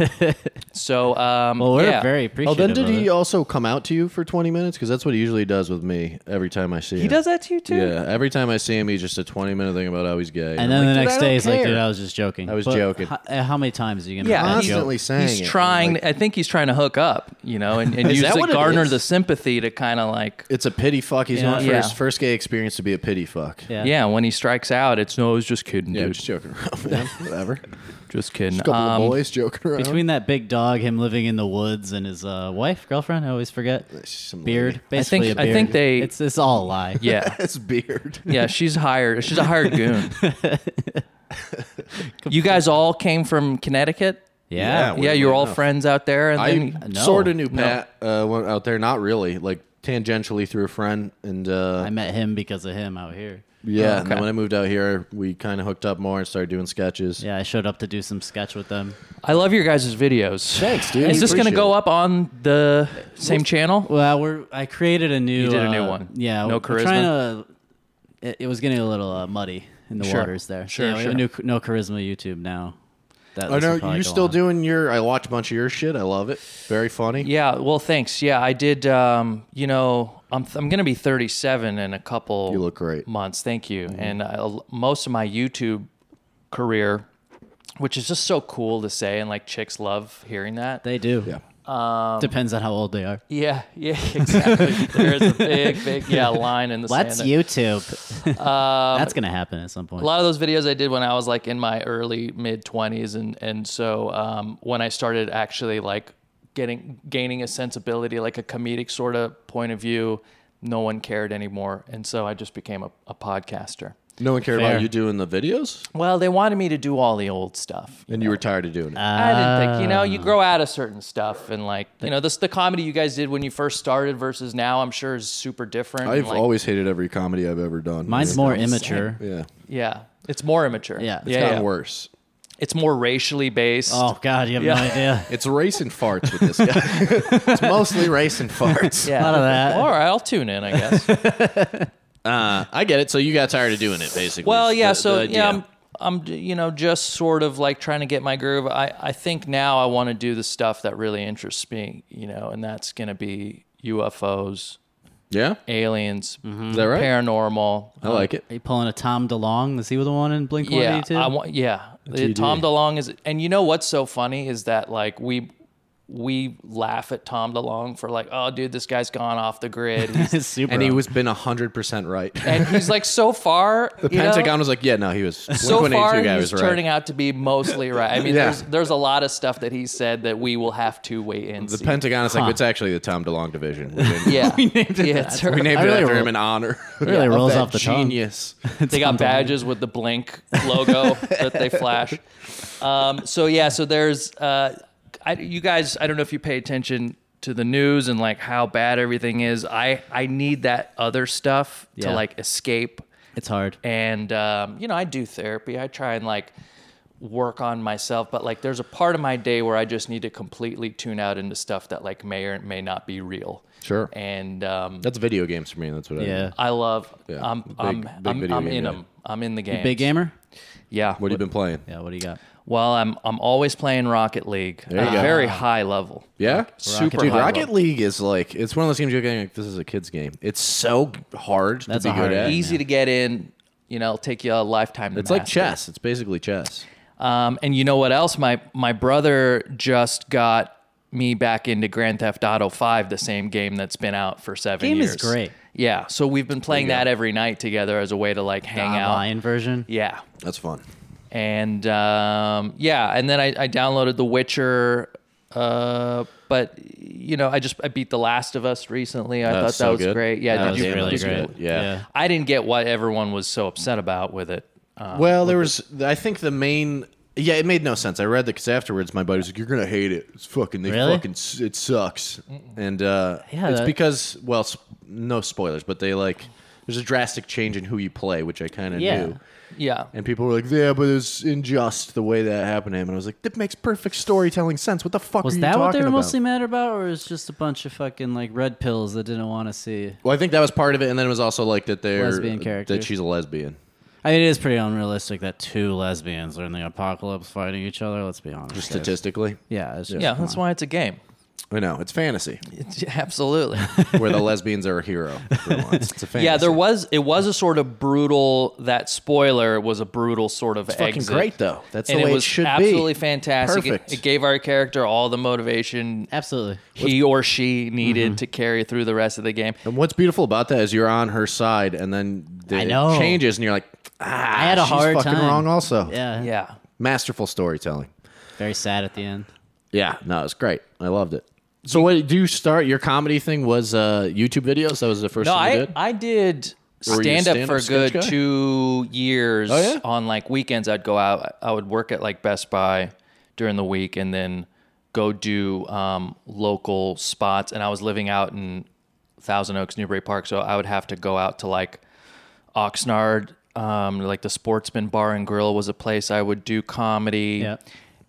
S5: so um,
S4: Well, we're
S5: yeah.
S4: very
S3: Oh,
S4: appreciative.
S3: then did
S4: of
S3: he
S4: it.
S3: also come out to you for 20 minutes? Because that's what he usually does with me every time I see him.
S5: He does that to you too.
S3: Yeah, every time I see him, he's just a 20 minute thing about how he's gay.
S4: And then
S3: I'm
S4: the
S3: like,
S4: next
S3: "Dude, I
S4: day,
S3: don't
S4: he's like,
S3: care."
S4: "Dude, I was just joking."
S3: I was
S4: But
S3: joking.
S4: ho- uh, How many times are you gonna?
S5: Yeah,
S4: make that
S5: he's-
S4: joke?
S3: constantly saying
S5: He's
S3: it.
S5: trying.
S3: Like,
S5: I think he's trying to hook up, you know, and, and
S3: Is that
S5: use
S3: what
S5: to
S3: it
S5: garner
S3: is?
S5: the sympathy to kind of like
S3: it's a pity fuck. He's
S4: Yeah.
S3: going for his
S5: Yeah.
S3: first gay experience to be a pity fuck.
S4: Yeah.
S5: Yeah, when he strikes out, it's no, I was just kidding,
S3: Yeah,
S5: dude.
S3: just joking around, man. Whatever.
S5: Just kidding.
S3: A couple
S5: Um,
S3: of boys joking around.
S4: Between that big dog, him living in the woods, and his uh, wife, girlfriend, I always forget.
S3: Some
S4: Beard,
S3: lady.
S4: basically
S5: think-
S4: a
S5: I
S4: beard.
S5: think they-
S4: It's it's all a lie.
S5: Yeah,
S3: That's beard.
S5: yeah. She's hired. She's a hired goon. you guys all came from Connecticut.
S4: yeah.
S3: Yeah.
S5: yeah,
S3: weirdly
S5: you're all
S3: enough.
S5: friends out there, and
S3: I
S5: then
S4: uh, No.
S3: sort of knew Pat uh, when- out there. Not really. Like tangentially through a friend. And uh,
S4: I met him because of him out here.
S3: yeah, and
S5: okay.
S3: then when I moved out here, we kind of hooked up more and started doing sketches.
S4: Yeah, I showed up to do some sketch with them.
S5: I love your guys' videos.
S3: Thanks, dude.
S5: Is this gonna
S3: Appreciate
S5: go
S3: it.
S5: up on the same channel?
S4: Well, we're I created a new.
S5: You did a new
S4: uh,
S5: one.
S4: Yeah,
S5: No
S4: we're
S5: charisma?
S4: Trying to, it, it was getting a little uh, muddy in the
S5: Sure.
S4: waters there.
S5: Sure,
S4: yeah, we have a
S5: sure.
S4: new no charisma YouTube now. That this
S3: I
S4: will
S3: know
S4: probably
S3: you
S4: go
S3: still
S4: on.
S3: doing your. I watched a bunch of your shit. I love it. Very funny.
S5: Yeah. Well, thanks. Yeah, I did. Um, you know, I'm I'm gonna be 37 in a couple.
S3: You look great. Mm-hmm.
S5: Months. Thank you. And I, most of my YouTube career, which is just so cool to say, and like chicks love hearing that.
S4: They do.
S3: Yeah.
S5: Um,
S4: Depends on how old they are.
S5: yeah. Yeah. Exactly. There's a big, big yeah line in the
S4: That's
S5: sand.
S4: YouTube.
S5: Um,
S4: That's gonna happen at some point.
S5: a lot of those videos I did when I was like in my early mid twenties, and and so um, when I started actually like getting gaining a sensibility, like a comedic sort of point of view, no one cared anymore, and so I just became a, a podcaster.
S3: No one cared
S4: Fair.
S3: about you doing the videos,
S5: Well, they wanted me to do all the old stuff.
S3: and you were tired of doing it.
S4: Uh,
S5: I didn't think, you know, you grow out of certain stuff, and like, you know, this the comedy you guys did when you first started versus now, I'm sure is super different. and,
S3: I've
S5: like,
S3: always hated every comedy I've ever done.
S4: Mine's more immature.
S3: Yeah,
S5: yeah, it's more immature.
S4: Yeah. It's
S3: it's
S5: yeah,
S3: gotten
S5: yeah.
S3: worse.
S5: It's more racially based.
S4: Oh God, you have no
S5: Yeah.
S4: idea.
S3: It's race and farts with this guy. it's mostly race and farts.
S5: yeah.
S4: lot of that.
S5: All right, I'll tune in, I guess.
S3: Uh, I get it. So you got tired of doing it, basically.
S5: Well,
S3: is
S5: yeah.
S3: the-
S5: so
S3: the idea.
S5: yeah, I'm, I'm you know just sort of like trying to get my groove. I I think now I want to do the stuff that really interests me, you know, and that's gonna be UFOs,
S3: yeah.
S5: aliens,
S3: Is that right?
S5: paranormal.
S3: I like it.
S4: Are you pulling a Tom DeLong? Is he the one in Blink One
S5: Yeah,
S4: Eighty Two?
S5: I want. Yeah, Tom DeLong is, and you know what's so funny is that like we we laugh at Tom DeLong for like, oh, dude, this guy's gone off the grid. He's,
S4: Super.
S3: and he was been hundred percent right.
S5: and he's like, so far,
S3: The Pentagon was like, yeah, no, he was.
S5: so
S3: Blink-182
S5: far,
S3: guy
S5: he's
S3: was right.
S5: turning out to be mostly right. I mean,
S3: Yeah.
S5: there's there's a lot of stuff that he said that we will have to wait and
S3: The
S5: see.
S3: Pentagon is like, it's actually the Tom DeLong division. We named,
S5: yeah, we named it yeah, it's
S3: we
S5: right.
S3: named it
S4: really
S3: after
S4: re-
S3: him in honor.
S4: really
S3: of
S4: rolls
S3: that
S4: off the tongue.
S3: genius.
S5: they got badges with the blink logo that they flash. Um, so yeah, so there's uh, I, you guys. I don't know if you pay attention to the news and like how bad everything is. I I need that other stuff to
S4: Yeah.
S5: like escape.
S4: it's hard.
S5: And um, you know, I do therapy. I try and like work on myself, but like there's a part of my day where I just need to completely tune out into stuff that like may or may not be real.
S3: Sure.
S5: And um,
S3: That's video games for me. That's what I.
S4: Yeah.
S5: I love.
S3: Yeah,
S5: I'm
S3: big-
S5: I'm
S3: big
S5: I'm,
S3: video
S5: I'm
S3: game
S5: in
S3: guy.
S5: them. I'm in the game.
S4: Big gamer?
S5: Yeah.
S3: What have you been playing?
S4: Yeah, what do you got?
S5: Well, I'm I'm always playing Rocket League
S3: you
S5: at a
S3: go.
S5: very high level.
S3: Yeah,
S5: Super
S3: Dude,
S5: high
S3: Rocket
S5: level.
S3: League is like it's one of those games you're getting like this is a kids game. It's so hard
S4: That's
S3: to
S4: a
S3: be
S4: hard
S3: good at.
S4: game.
S5: Easy to get in. You know, it'll take you a lifetime to
S3: It's like
S5: master.
S3: chess. It's basically chess.
S5: Um, and you know what else? My my brother just got me back into Grand Theft Auto Five, the same game that's been out for seven
S4: Game
S5: years.
S4: is great.
S5: Yeah. So we've been playing that every night together as a way to like hang out.
S4: Online Uh, version?
S5: Yeah.
S3: That's fun.
S5: and um, yeah, and then I, I downloaded The Witcher, uh, but you know, I just I beat The Last of Us recently. I
S3: That's
S5: thought that
S3: so
S5: was
S3: good.
S5: great. Yeah,
S4: That
S5: did
S4: was
S5: you-
S4: really
S5: did you-
S4: great.
S3: Yeah.
S5: I didn't get what everyone was so upset about with it.
S4: Uh,
S5: Um,
S3: Well, there was. I think the main. Yeah, it made no sense. I read that because afterwards, my buddy was like, "You're gonna hate it. It's fucking. They
S4: Really?
S3: fucking. s- It sucks." And uh,
S4: Yeah,
S3: it's
S4: that-
S3: because well, sp- no spoilers, but they like there's a drastic change in who you play, which I kind of
S4: Yeah.
S3: knew.
S5: yeah,
S3: And people were like, "Yeah, but it's unjust the way that happened to him." And I was like, "That makes perfect storytelling sense. What the fuck are
S6: Was
S3: you
S6: that
S3: talking
S6: what they were
S3: about?"
S6: mostly mad about, or was just a bunch of fucking like red pills that didn't want to see?
S3: Well, I think that was part of it, and then it was also like that they're
S6: Lesbian character.
S3: that she's a lesbian.
S4: I mean, it is pretty unrealistic that two lesbians are in the apocalypse fighting each other. Let's be honest.
S3: Statistically,
S6: Yeah, it's just,
S5: yeah, that's why it's a game.
S3: I know it's fantasy
S5: It's, absolutely.
S3: where the lesbians are a hero. For once. It's a fantasy.
S5: yeah, there was it was a sort of brutal. That spoiler was a brutal sort of
S3: fucking
S5: exit.
S3: great, though. That's the
S5: and
S3: way
S5: it
S3: it
S5: was
S3: should be.
S5: absolutely fantastic. It-
S3: Perfect.
S5: it gave our character all the motivation
S4: Absolutely.
S5: he or she
S3: Mm-hmm.
S5: needed to carry through the rest of the game.
S3: And what's beautiful about that is you're on her side, and then the
S4: I know.
S3: it changes, and you're like, ah,
S4: I had a
S3: she's
S4: hard
S3: fucking
S4: time.
S3: wrong. Also,
S4: Yeah.
S5: Yeah.
S3: masterful storytelling.
S4: Very sad at the end.
S3: Yeah, no, it's great. I loved it. So, what do you start your comedy thing? Was uh, YouTube videos? That was the first
S5: No,
S3: thing you did.
S5: I I did
S3: Were you a
S5: stand up for a
S3: stand-up sketch
S5: good
S3: guy?
S5: two years
S3: Oh, yeah?
S5: on like weekends. I'd go out. I would work at like Best Buy during the week and then go do um, local spots. And I was living out in Thousand Oaks, Newbury Park, so I would have to go out to like Oxnard. Um, like the Sportsman Bar and Grill was a place I would do comedy.
S4: Yeah.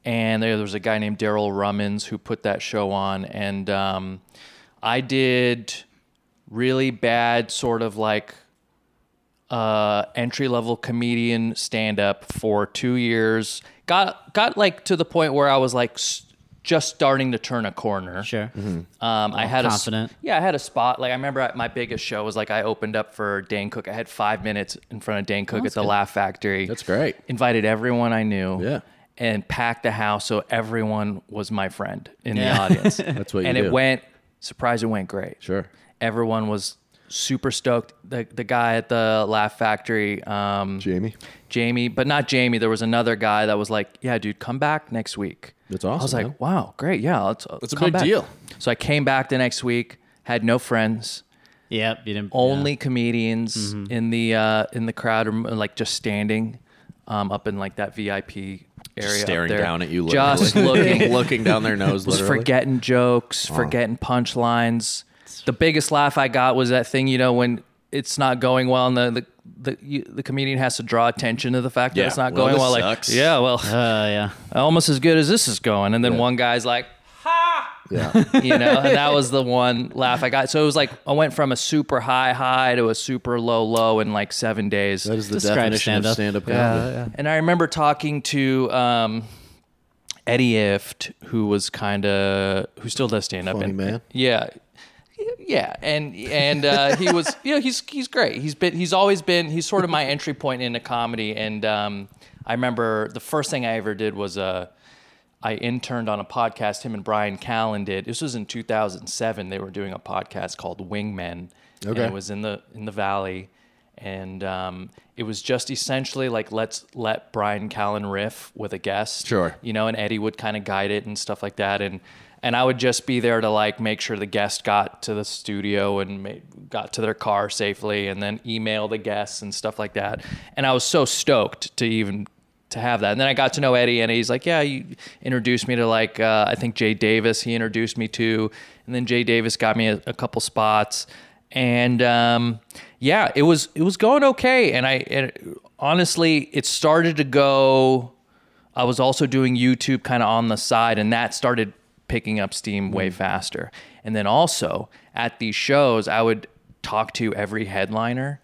S5: and there, there was a guy named Daryl Rummins who put that show on, and um, I did really bad sort of like uh, entry level comedian stand up for two years. Got got like to the point where I was like s- just starting to turn a corner.
S4: Sure.
S3: Mm-hmm.
S5: Um, I had
S4: confident.
S5: A, s- yeah, I had a spot. Like I remember at my biggest show was like I opened up for Dane Cook. I had five minutes in front of Dane Cook at the Laugh Factory.
S3: That's great.
S5: Invited everyone I knew.
S3: Yeah.
S5: And packed the house so everyone was my friend in the
S4: Yeah.
S5: audience.
S3: That's what you
S5: and
S3: do.
S5: it went. Surprise! It went great.
S3: Sure.
S5: Everyone was super stoked. The the guy at the Laugh Factory. Um,
S3: Jamie.
S5: Jamie, but not Jamie. There was another guy that was like, "Yeah, dude, come back next week."
S3: That's
S5: I was
S3: awesome,
S5: like,
S3: man.
S5: "Wow, great, yeah, let's." uh,
S3: That's a
S5: come
S3: big
S5: back."
S3: deal.
S5: So I came back the next week, had no friends,
S4: Yep. You didn't.
S5: only comedians
S3: Mm-hmm.
S5: in the uh, in the crowd, or like just standing um, up in like that VIP area, up
S3: Staring
S5: there.
S3: down at you, literally.
S5: just looking,
S3: looking down their nose,
S5: was
S3: literally.
S5: forgetting jokes, forgetting punchlines. The biggest laugh I got was that thing, you know, when it's not going well and the the the, you, the comedian has to draw attention to the fact that
S3: Yeah.
S5: it's not
S3: Well,
S5: going
S3: this
S5: well.
S3: sucks.
S5: Like, yeah, well,
S4: Yeah. Uh, yeah.
S5: almost as good as this is going. And then one guy's like,
S3: Yeah.
S5: you know, and that was the one laugh I got. So it was like I went from a super high high to a super low low in like seven days.
S3: That is the
S4: Describe
S3: definition
S4: stand-up.
S3: of stand-up comedy.
S5: And I remember talking to um, Eddie Ift, who was kind of who still does stand up.
S3: Funny
S5: and,
S3: man.
S5: Yeah, yeah, and and uh, he was, you know, he's he's great. He's been he's always been he's sort of my entry point into comedy. And um, I remember the first thing I ever did was uh, I interned on a podcast him and Brian Callen did. This was in 2007. They were doing a podcast called Wingmen. And
S3: Okay.
S5: it was in the in the valley, and um, it was just essentially like let's let Brian Callen riff with a guest.
S3: Sure.
S5: You know, and Eddie would kind of guide it and stuff like that, and and I would just be there to like make sure the guest got to the studio and ma- got to their car safely, and then email the guests and stuff like that. And I was so stoked to even to have that. And then I got to know Eddie, and he's like, "Yeah, you introduced me to like uh, I think Jay Davis. He introduced me to, and then Jay Davis got me a, a couple spots, and um, yeah, it was it was going okay. And I and honestly, it started to go. I was also doing YouTube kind of on the side, and that started picking up steam
S3: Mm.
S5: way faster. And then also at these shows, I would talk to every headliner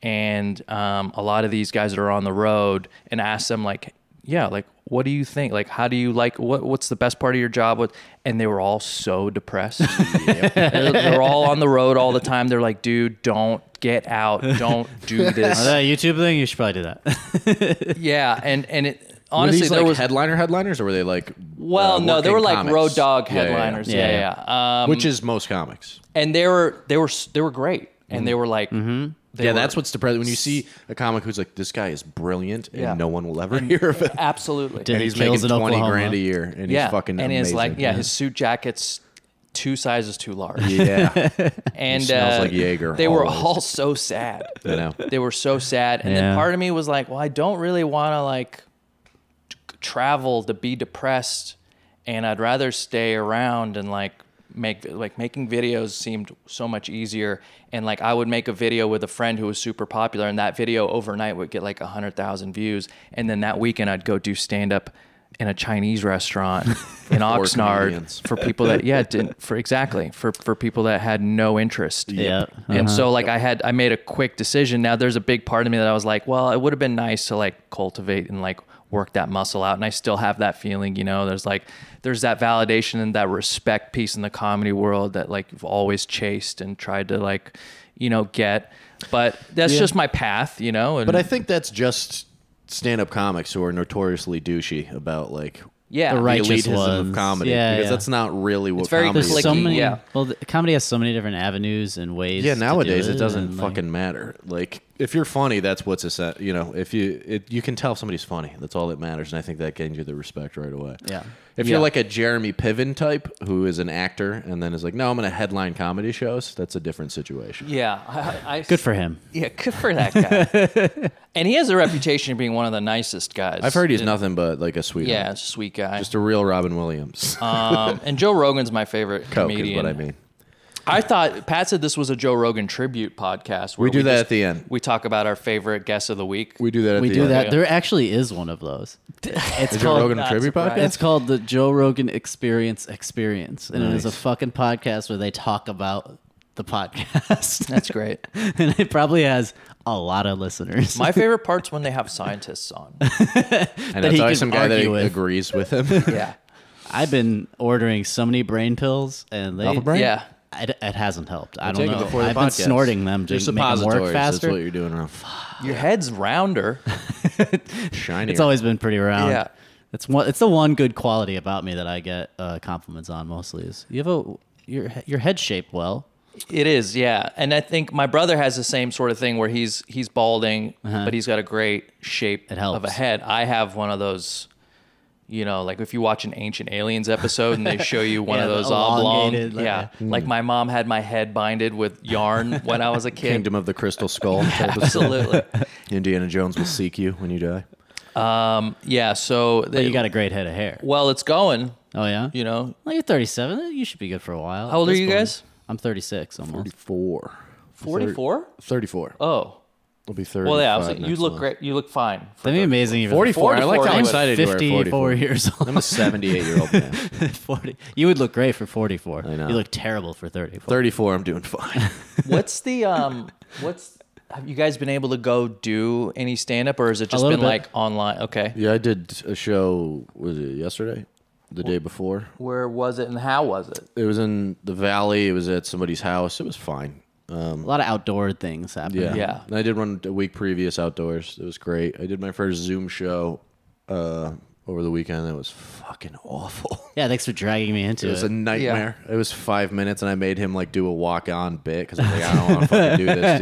S5: and um, a lot of these guys that are on the road and ask them like, yeah, like what do you think? Like, how do you like what? What's the best part of your job? What? And they were all so depressed. they're, they're all on the road all the time. They're like, dude, don't get out. Don't do this.
S4: Uh, That YouTube thing, you should probably do that.
S5: yeah, and and it
S3: Honestly,
S5: honestly
S3: were these
S5: there
S3: like
S5: was
S3: headliner headliners, or were they like?
S5: Well,
S3: uh,
S5: no, they
S3: working
S5: were like
S3: comics?
S5: road dog
S3: Yeah, yeah, yeah.
S5: headliners. Yeah, yeah. Um,
S3: which is most comics.
S5: and they were they were they were great, and they were like, they
S3: Mm-hmm. yeah,
S5: were
S3: that's what's depressing when you see a comic who's like, "This guy is brilliant," and
S5: Yeah.
S3: no one will ever hear of it.
S5: absolutely.
S3: And
S4: he
S3: he's
S4: kills
S3: making
S4: in
S3: twenty
S4: Oklahoma.
S3: grand a year, and
S5: yeah,
S3: he's fucking
S5: and his
S3: amazing.
S5: like yeah, his suit jacket's two sizes too large,
S3: yeah,
S5: and
S3: smells
S5: uh,
S3: like Jaeger
S5: They were
S3: always.
S5: all so sad.
S3: I know.
S5: they were so sad, and then
S4: Yeah.
S5: part of me was like, well, I don't really want to like t- travel to be depressed, and I'd rather stay around and like make like making videos seemed so much easier and like I would make a video with a friend who was super popular and that video overnight would get like 100,000 views and then that weekend I'd go do stand up in a Chinese restaurant in
S3: comedians.
S5: Oxnard for people that yeah didn't for exactly for for people that had no interest
S4: Yeah.
S5: and
S3: Uh-huh.
S5: so like I had I made a quick decision. Now there's a big part of me that I was like, well, it would have been nice to like cultivate and like work that muscle out. And I still have that feeling, you know, there's like there's that validation and that respect piece in the comedy world that like you've always chased and tried to like, you know, get. But that's just my path, you know. And
S3: But I think that's just stand-up comics who are notoriously douchey about like
S5: yeah,
S4: the right- Righteous
S3: elitism of
S4: ones.
S3: comedy
S4: Yeah,
S3: because
S4: yeah.
S3: that's not really what
S5: very
S3: comedy
S5: clicky.
S3: is.
S4: so many.
S5: yeah.
S4: Well, the, comedy has so many different avenues and ways.
S3: yeah,
S4: to do
S3: nowadays it, doesn't
S4: and, like,
S3: fucking matter. Like if you're funny, that's what's a you know if you it, you can tell if somebody's funny. That's all that matters, and I think that gains you the respect right away.
S4: Yeah.
S3: If you're like a Jeremy Piven type who is an actor and then is like, no, I'm going to headline comedy shows, that's a different situation.
S5: yeah. I, I,
S4: Good for him.
S5: yeah, good for that guy. and he has a reputation of being one of the nicest guys.
S3: I've heard he's nothing but like a sweetheart.
S5: Yeah, sweet guy.
S3: Just a real Robin Williams.
S4: Uh,
S5: um, and Joe Rogan's my favorite
S3: Coke
S5: comedian.
S3: is what I mean.
S5: I thought Pat said this was a Joe Rogan tribute podcast. Where
S3: We do that
S5: just-
S3: at the end.
S5: We talk about our favorite guest of the week.
S3: We do that at
S4: We
S3: the
S4: do
S3: end.
S4: that. There actually is one of those. It's
S3: Is it
S4: called.
S3: Rogan and Tribute podcast?
S4: It's called the Joe Rogan Experience Experience, and it is a
S3: Nice.
S4: fucking podcast where they talk about the podcast,
S5: That's great.
S4: and it probably has a lot of listeners.
S5: My favorite part's when they have scientists on.
S3: and it's
S4: he
S3: always
S4: can
S3: some guy that
S4: argue with.
S3: agrees with him.
S5: Yeah,
S4: I've been ordering so many brain pills, and they,
S3: Alpha brain?
S5: yeah.
S4: It, it hasn't helped. I don't
S3: Take it
S4: know.
S3: before the
S4: I've been
S3: podcast.
S4: snorting them to
S3: They're
S4: make them work
S3: suppositories. That's what
S4: faster.
S3: you're doing wrong.
S5: Your head's rounder.
S3: Shiny.
S4: It's always been pretty round.
S5: Yeah.
S4: It's one. It's the one good quality about me that I get uh, compliments on mostly is you have a your he- your head shaped well.
S5: It is, yeah. And I think my brother has the same sort of thing where he's he's balding, but he's got a great shape
S4: It helps.
S5: of a head. I have one of those. You know, like if you watch an Ancient Aliens episode and they show you one
S4: Yeah,
S5: of
S4: the
S5: those oblong,
S4: elongated, like-
S5: yeah, like my mom had my head binded with yarn when I was a kid.
S3: Kingdom of the Crystal Skull. type of
S5: Absolutely,
S3: Indiana Jones will seek you when you die.
S5: yeah. So
S4: But
S5: they,
S4: you got a great head of hair.
S5: well, it's going.
S4: Oh yeah.
S5: You know,
S4: Well, you're 37. You should be good for a while.
S5: How old
S4: at
S5: are
S4: this
S5: you
S4: point.
S5: guys?
S4: I'm 36 almost.
S3: 44.
S5: 44?
S3: 34.
S5: Oh,
S3: It'll be 30.
S5: well, yeah. I was like, you look great. You look fine.
S4: That'd be amazing. if you're
S3: 44. I like how
S5: 44.
S3: excited you are.
S4: 54
S3: 44.
S4: years old.
S3: I'm a 78 year old man.
S4: 40. You would look great for 44.
S3: know.
S4: You look terrible for 34.
S3: 34. I'm doing fine.
S5: What's the um? What's have you guys been able to go do any stand up, or has it just
S4: little
S5: been
S4: bit.
S5: like online? Okay,
S3: Yeah, I did a show. Was it yesterday? The day before?
S5: where was it and how was it?
S3: It was in the valley. It was at somebody's house. It was fine.
S4: A lot of outdoor things happen.
S3: Yeah.
S5: Yeah.
S3: And I did one a week previous outdoors. It was great. I did my first Zoom show uh, over the weekend that was fucking awful.
S4: Yeah, thanks for dragging me into
S3: It was a
S4: it.
S3: nightmare. It was five minutes, and I made him like do a walk on bit because I'm like, I don't want to fucking do this,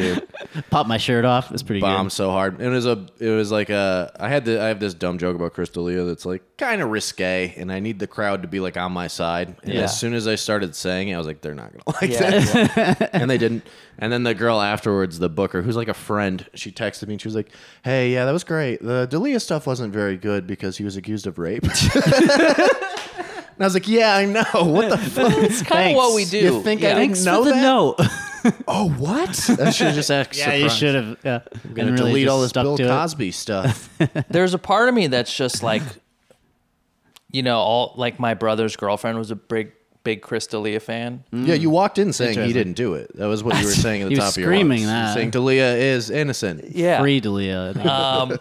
S3: dude.
S4: Pop my shirt off. It's pretty
S3: Bomb
S4: good.
S3: so hard. It was a. It was like a. I had the. I have this dumb joke about Crystalia that's like kind of risque, and I need the crowd to be like on my side. And
S5: Yeah.
S3: as soon as I started saying it, I was like, they're not gonna like
S5: Yeah,
S3: this, and they didn't. And then the girl afterwards, the booker, who's like a friend, she texted me. and She was like, "Hey, yeah, that was great. The Delia stuff wasn't very good because he was accused of rape." and I was like, "Yeah, I know. What the fuck."
S5: It's kind of what we do.
S3: You think I
S5: Yeah.
S3: didn't
S4: Thanks
S3: know
S4: for the
S3: that?
S4: note.
S3: Oh, what? I should just asked.
S4: yeah, you should have. Yeah, I'm
S3: Gonna delete all this Bill Cosby stuff.
S5: there's a part of me that's just like you know all like my brother's girlfriend was a big big crystalia fan
S4: Mm-hmm.
S3: yeah, you walked in saying he didn't do it. That was what you were saying at the
S4: He was
S3: top of your
S4: screaming
S3: lungs. You were
S4: that.
S3: saying Dalia is innocent.
S5: yeah
S4: Free Delia.
S5: um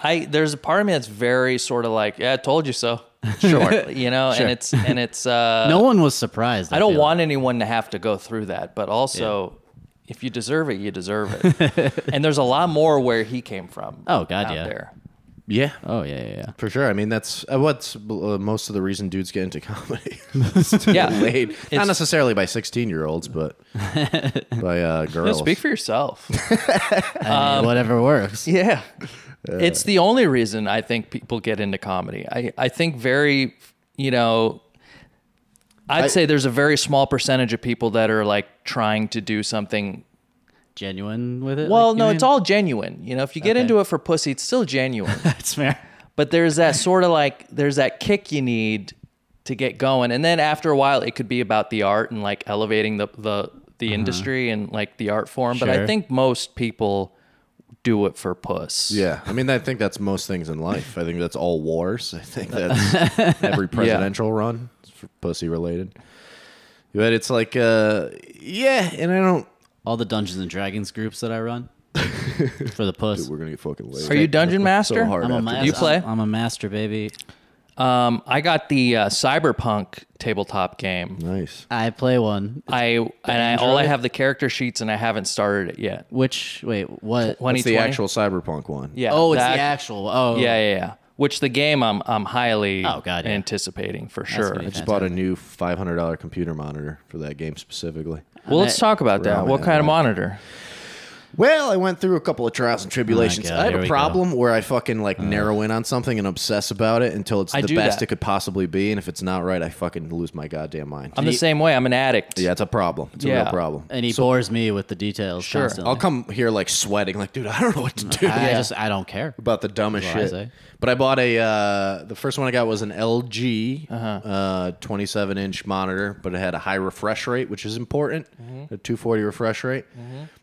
S5: i there's a part of me that's very sort of like yeah i told you so
S3: Sure.
S5: you know and it's and it's uh
S4: no one was surprised.
S5: i don't
S4: feel.
S5: want anyone to have to go through that but also if you deserve it you deserve it and there's a lot more where he came from
S4: Oh, God,
S5: out
S4: yeah.
S5: there
S3: yeah,
S4: Oh yeah, yeah, yeah.
S3: for sure. I mean, that's uh, what's uh, most of the reason dudes get into comedy.
S5: yeah
S3: Laid.
S5: It's-
S3: Not necessarily by sixteen-year-olds, but by uh,
S5: No,
S3: girls.
S5: speak for yourself
S4: I mean, whatever works.
S5: Yeah. it's the only reason I think people get into comedy. I, I think very, you know, I'd say there's a very small percentage of people that are like trying to do something.
S4: Genuine with it.
S5: Well,
S4: like, you
S5: no,
S4: mean?
S5: it's all genuine. You know, if you get
S4: Okay.
S5: into it for pussy, it's still genuine.
S4: It's fair.
S5: but there's that sort of like, there's that kick you need to get going. And then after a while, it could be about the art and like elevating the, the, the industry and like the art form. But I
S4: Uh-huh. Sure.
S5: think most people do it for puss.
S3: Yeah, I mean, I think that's most things in life. I think that's all wars. I think that's every presidential run, it's for pussy related. But it's like, uh, yeah, and I don't.
S4: All the Dungeons and Dragons groups that I run for the puss.
S3: We're gonna get fucking laid.
S5: Are you dungeon master?
S3: so hard?
S4: I'm a
S3: after
S4: master.
S5: You play?
S4: I'm, I'm a master, baby.
S5: Um, I got the uh, Cyberpunk tabletop game.
S3: Nice.
S4: I play one.
S5: I and I, all I have the character sheets and I haven't started it yet.
S4: Which wait, what?
S5: Twenty
S3: It's the actual cyberpunk one.
S5: Yeah.
S4: oh, it's
S5: that-
S4: the actual. Oh,
S5: Yeah, yeah, yeah. Which the game I'm I'm highly
S4: Oh, God, yeah.
S5: anticipating for sure.
S4: gonna be
S3: I just bought a new five hundred dollar computer monitor for that game specifically.
S5: Well, let's talk about that.
S3: Ramen,
S5: What kind of
S3: ramen.
S5: monitor?
S3: Well, I went through a couple of trials
S5: Oh
S3: and tribulations.
S4: God,
S3: I have
S4: here
S3: a
S4: we
S3: problem where I fucking like narrow in on something and obsess about it until it's
S5: I
S3: the
S5: do
S3: best
S5: that.
S3: it could possibly be, and if it's not right, I fucking lose my goddamn mind.
S5: I'm the same way. I'm an addict.
S3: yeah, it's a problem. It's a
S5: Yeah.
S3: real problem.
S4: And he bores me with the details.
S5: Sure.
S4: Constantly.
S3: I'll come here like sweating, like, dude, I don't know what to do.
S4: I
S5: Yeah.
S4: just I don't care.
S3: about the dumbest
S4: That's what I
S3: shit.
S4: say.
S3: But I bought a uh, the first one I got was an LG
S4: Uh-huh.
S3: uh, 27 inch monitor, but it had a high refresh rate, which is important,
S4: Mm-hmm.
S3: a 240 refresh rate.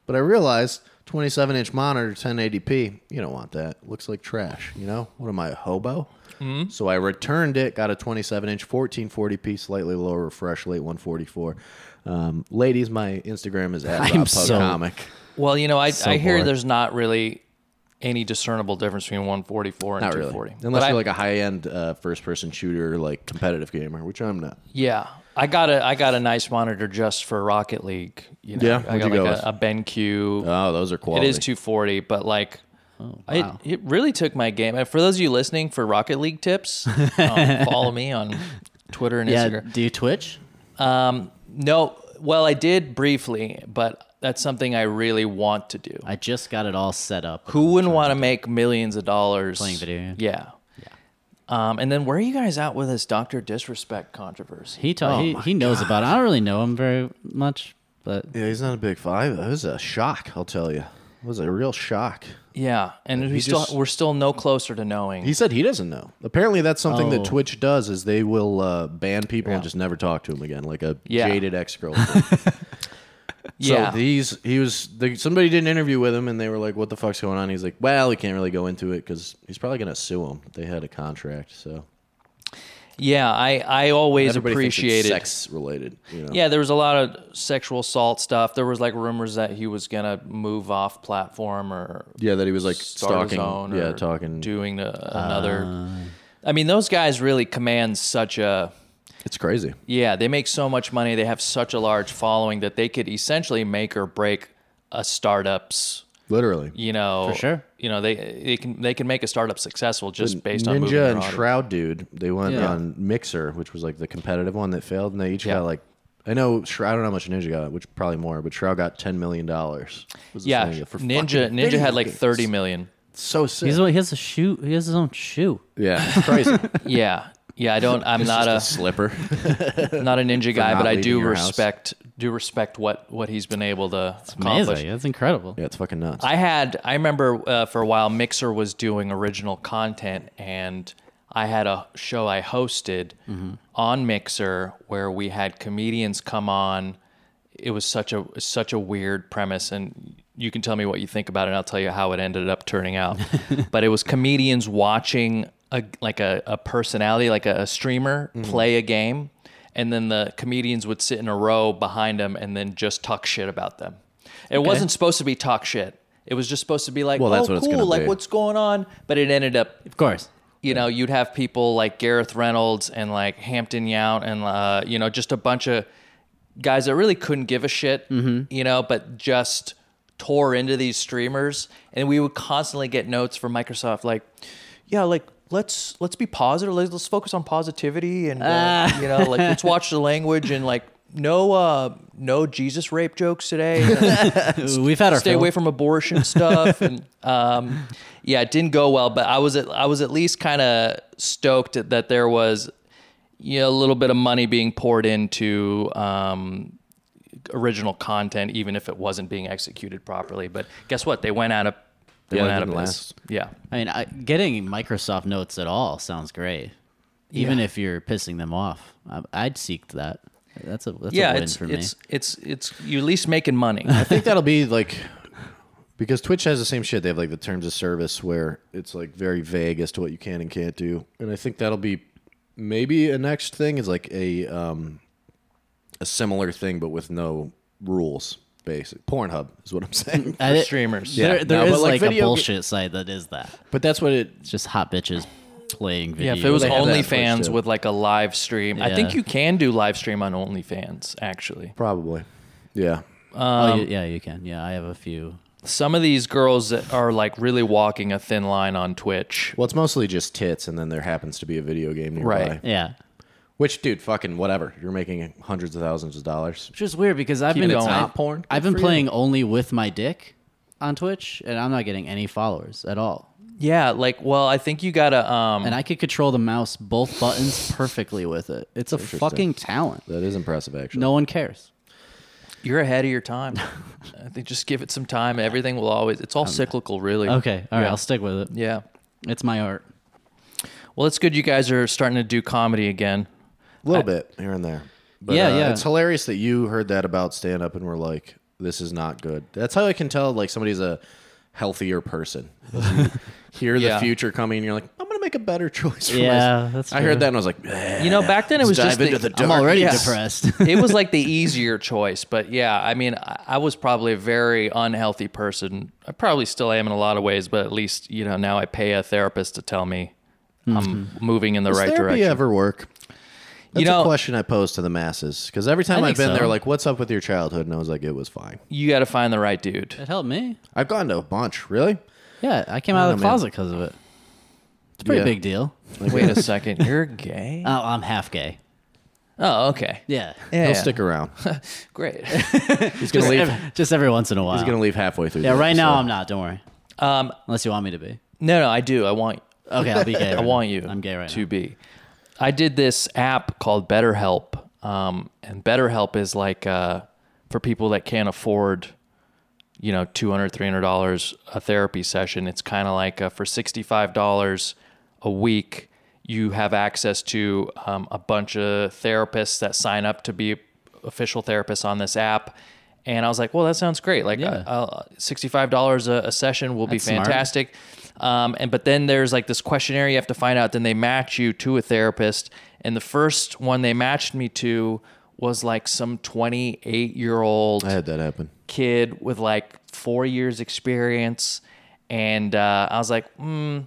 S3: But I realized 27 inch monitor, 1080p, you don't want that. Looks like trash. You know what am I a hobo?
S4: Mm-hmm.
S3: So I returned it, got a 27 inch 1440p, slightly lower refresh rate, 144. Um, ladies, my Instagram is at
S4: I'm
S3: Rob
S4: so-
S3: Comic.
S5: Well, you know, I I hear
S3: bored.
S5: there's not really any discernible difference between 144 and
S3: Not really.
S5: 240.
S3: Unless
S5: But
S3: you're
S5: I-
S3: like a high end uh, first person shooter, like competitive gamer, which I'm not.
S5: Yeah, I got a I got a nice monitor just for Rocket League. You know,
S3: Yeah,
S5: I
S3: what'd
S5: got
S3: you go
S5: like
S3: with?
S5: a, a BenQ.
S3: Oh, those are
S5: it
S3: quality. Oh,
S5: is 240, but like. it, it really took my game. And for those of you listening for Rocket League tips, um, follow me on Twitter and
S4: Yeah.
S5: Instagram.
S4: Do you Twitch?
S5: Um, no, well, I did briefly, but that's something I really want to do.
S4: I just got it all set up.
S5: Who wouldn't want to make millions of dollars
S4: Playing video games.
S5: Yeah. yeah. Um, and then where are you guys out with this Doctor Disrespect controversy?
S4: He ta- he, he knows about it. I don't really know him very much, but
S3: Yeah, he's not a big five. It was a shock, I'll tell you. It was a real shock.
S5: Yeah, and we still
S3: just-
S5: we're still no closer to knowing.
S3: He said he doesn't know. Apparently, that's something
S4: Oh.
S3: that Twitch does is they will uh, ban people and just never talk to them again, like a
S5: Yeah.
S3: jaded ex girlfriend.
S5: yeah,
S3: So these, he was the, somebody did an interview with him, and they were like, "What the fuck's going on?" He's like, "Well, we can't really go into it because he's probably gonna sue him. They had a contract, so
S5: yeah. I I always
S3: thinks it's
S5: appreciated.
S3: sex related. You know?
S5: Yeah, there was a lot of sexual assault stuff. There was like rumors that he was gonna move off platform or
S3: Yeah, that he was like
S5: start
S3: stalking.
S5: his own.
S3: yeah,
S5: or
S3: talking. uh,
S5: doing a, another. I mean, those guys really command such a.
S3: It's crazy.
S5: Yeah, they make so much money. They have such a large following that they could essentially make or break a startup's
S3: Literally.
S5: you know
S4: For sure.
S5: you know they they can they can make a startup successful just based on moving
S3: Ninja
S5: their
S3: and
S5: audience.
S3: Shroud Dude, they went
S2: Yeah.
S3: on Mixer, which was like the competitive one that failed, and they each
S5: Yeah.
S3: got like I know Shroud, I don't know how much Ninja got, which probably more, but Shroud got ten million dollars.
S5: yeah, Ninja
S3: fucking
S5: Ninja
S3: video
S5: had like
S3: games.
S5: thirty million.
S3: So sick.
S4: He's, the one- he has a shoe. He has his own shoe.
S3: yeah, it's crazy.
S5: Yeah, yeah. I don't. I'm not a
S3: slipper.
S5: not a ninja guy,
S3: not
S5: but I
S3: leaving
S5: do
S3: your house.
S5: respect do respect what what he's been able to accomplish.
S4: Amazing. That's incredible.
S3: yeah, it's fucking nuts.
S5: I had I remember uh, for a while Mixer was doing original content, and I had a show I hosted on Mixer where we had comedians come on. It was such a such a weird premise, and you can tell me what you think about it, and I'll tell you how it ended up turning out. but it was comedians watching a like a, a personality, like a, a streamer, play a game. And then the comedians would sit in a row behind them and then just talk shit about them. It wasn't supposed to be talk shit. It was just supposed to be like,
S3: Well, that's
S5: oh,
S3: what it's
S5: cool,
S3: gonna
S5: like
S3: be.
S5: what's going on? But it ended up,
S4: Of course.
S5: you know, you'd have people like Gareth Reynolds and like Hampton Yount and, uh, you know, just a bunch of guys that really couldn't give a shit,
S3: Mm-hmm.
S5: you know, but just tore into these streamers. And we would constantly get notes from Microsoft like, yeah, like, Let's let's be positive. Let's, let's focus on positivity and uh,
S3: Ah.
S5: you know, like let's watch the language and like no uh no Jesus rape jokes today.
S4: We've had our
S5: stay
S4: fill.
S5: away from abortion stuff and um, yeah it didn't go well but i was at, i was at least kind of stoked that there was you know, a little bit of money being poured into um, original content even if it wasn't being executed properly but guess what they went out of they
S3: Yeah,
S5: went
S3: it
S5: out of
S3: didn't
S5: business.
S3: last.
S5: yeah
S4: I mean, I, getting Microsoft notes at all sounds great. Even if you're pissing them off, I, I'd seek that. That's a that's a
S5: yeah
S4: win
S5: it's
S4: for me.
S5: it's it's it's you at least making money
S3: I think that'll be like because Twitch has the same shit. They have like the terms of service where it's like very vague as to what you can and can't do. And I think that'll be maybe a next thing is like a um a similar thing but with no rules. Basic Pornhub is what I'm saying.
S4: I-
S5: streamers
S3: Yeah.
S4: There, there
S3: No,
S4: is
S3: but, like,
S4: like, a
S3: video ga-
S4: bullshit site that is that.
S3: but that's what it.
S4: It's just hot bitches playing video.
S5: yeah, if it was
S3: They have that on Twitch,
S5: OnlyFans
S3: too.
S5: with like a live stream, I think
S4: Yeah.
S5: you can do live stream on OnlyFans. Actually,
S3: Probably. Yeah.
S4: oh, you, yeah, you can. Yeah, I have a few.
S5: some of these girls that are like really walking a thin line on Twitch.
S3: Well, it's mostly just tits, and then there happens to be a video game nearby.
S5: Right.
S4: Yeah,
S3: Which, dude, fucking whatever. You're making hundreds of thousands of dollars.
S4: which is weird because I've
S5: Keep
S4: been
S5: it going.
S4: I've-
S5: Not
S3: porn. Good
S4: I've been
S3: for you.
S4: playing only with my dick on Twitch, and I'm not getting any followers at all.
S5: Yeah, like well, I think you gotta um
S4: And I could control the mouse both buttons perfectly with it. It's a fucking talent.
S3: That is impressive, actually.
S4: No one cares.
S5: you're ahead of your time. I think just give it some time. Everything will always it's all cyclical really.
S4: Okay, all right,
S5: yeah.
S4: I'll stick with it.
S5: Yeah.
S4: It's my art.
S5: Well it's good you guys are starting to do comedy again.
S3: A little bit here and there. But,
S4: Yeah,
S3: uh,
S4: yeah.
S3: It's hilarious that you heard that about stand up and were like, "This is not good." That's how I can tell like somebody's a healthier person. You hear the
S5: Yeah.
S3: future coming, and you're like, "I'm gonna make a better choice." For
S4: Yeah,
S3: myself."
S4: that's
S3: I heard
S4: true.
S3: that and I was like, "Eh,
S5: You know, back then it was
S3: let's
S5: just
S3: dive into
S5: the-
S3: the
S4: I'm
S3: dark."
S4: already
S5: Yes.
S4: depressed.
S5: it was like the easier choice, but yeah, I mean, I I was probably a very unhealthy person. I probably still am in a lot of ways, but at least you know now I pay a therapist to tell me
S4: Hmm.
S5: I'm moving in the
S3: Does
S5: right
S3: therapy
S5: direction.
S3: ever work? That's
S5: know-
S3: a question I pose to the masses because every time
S4: I
S3: I've
S4: think
S3: been there,
S4: so.
S3: like, "What's up with your childhood?" and I was like, "It was fine."
S5: you got to find the right dude.
S4: it helped me.
S3: I've gone to a bunch, really.
S4: Yeah, I came out of the
S3: know, man.
S4: closet because of it. It's a pretty
S3: Yeah.
S4: big deal.
S5: Wait a second, you're gay?
S4: Oh, I'm half gay.
S5: Oh, okay.
S4: Yeah.
S5: Yeah,
S3: He'll
S5: yeah.
S3: stick around.
S5: Great.
S3: He's gonna leave.
S4: Ev- Just every once in a while.
S3: He's gonna leave halfway through.
S4: yeah,
S3: the
S4: right now
S3: episode.
S4: I'm not. Don't worry.
S5: Um,
S4: Unless you want me to be.
S5: no, no, I do. I want.
S4: Okay, I'll be gay.
S5: I want you.
S4: I'm gay right
S5: to
S4: now.
S5: be. I did this app called BetterHelp, um, and BetterHelp is like uh, for people that can't afford, you know, two hundred, three hundred dollars a therapy session. It's kind of like uh, for sixty five dollars a week, you have access to um, a bunch of therapists that sign up to be official therapists on this app. And I was like, well, that sounds great. Like,
S4: Yeah.
S5: uh, uh, sixty-five dollars a a session will be
S4: That's smart.
S5: fantastic fantastic. Um, and but then there's like this questionnaire you have to find out. Then they match you to a therapist. And the first one they matched me to was like some 28 year old
S3: I had that happen.
S5: kid with like four years experience and uh, i was like hmm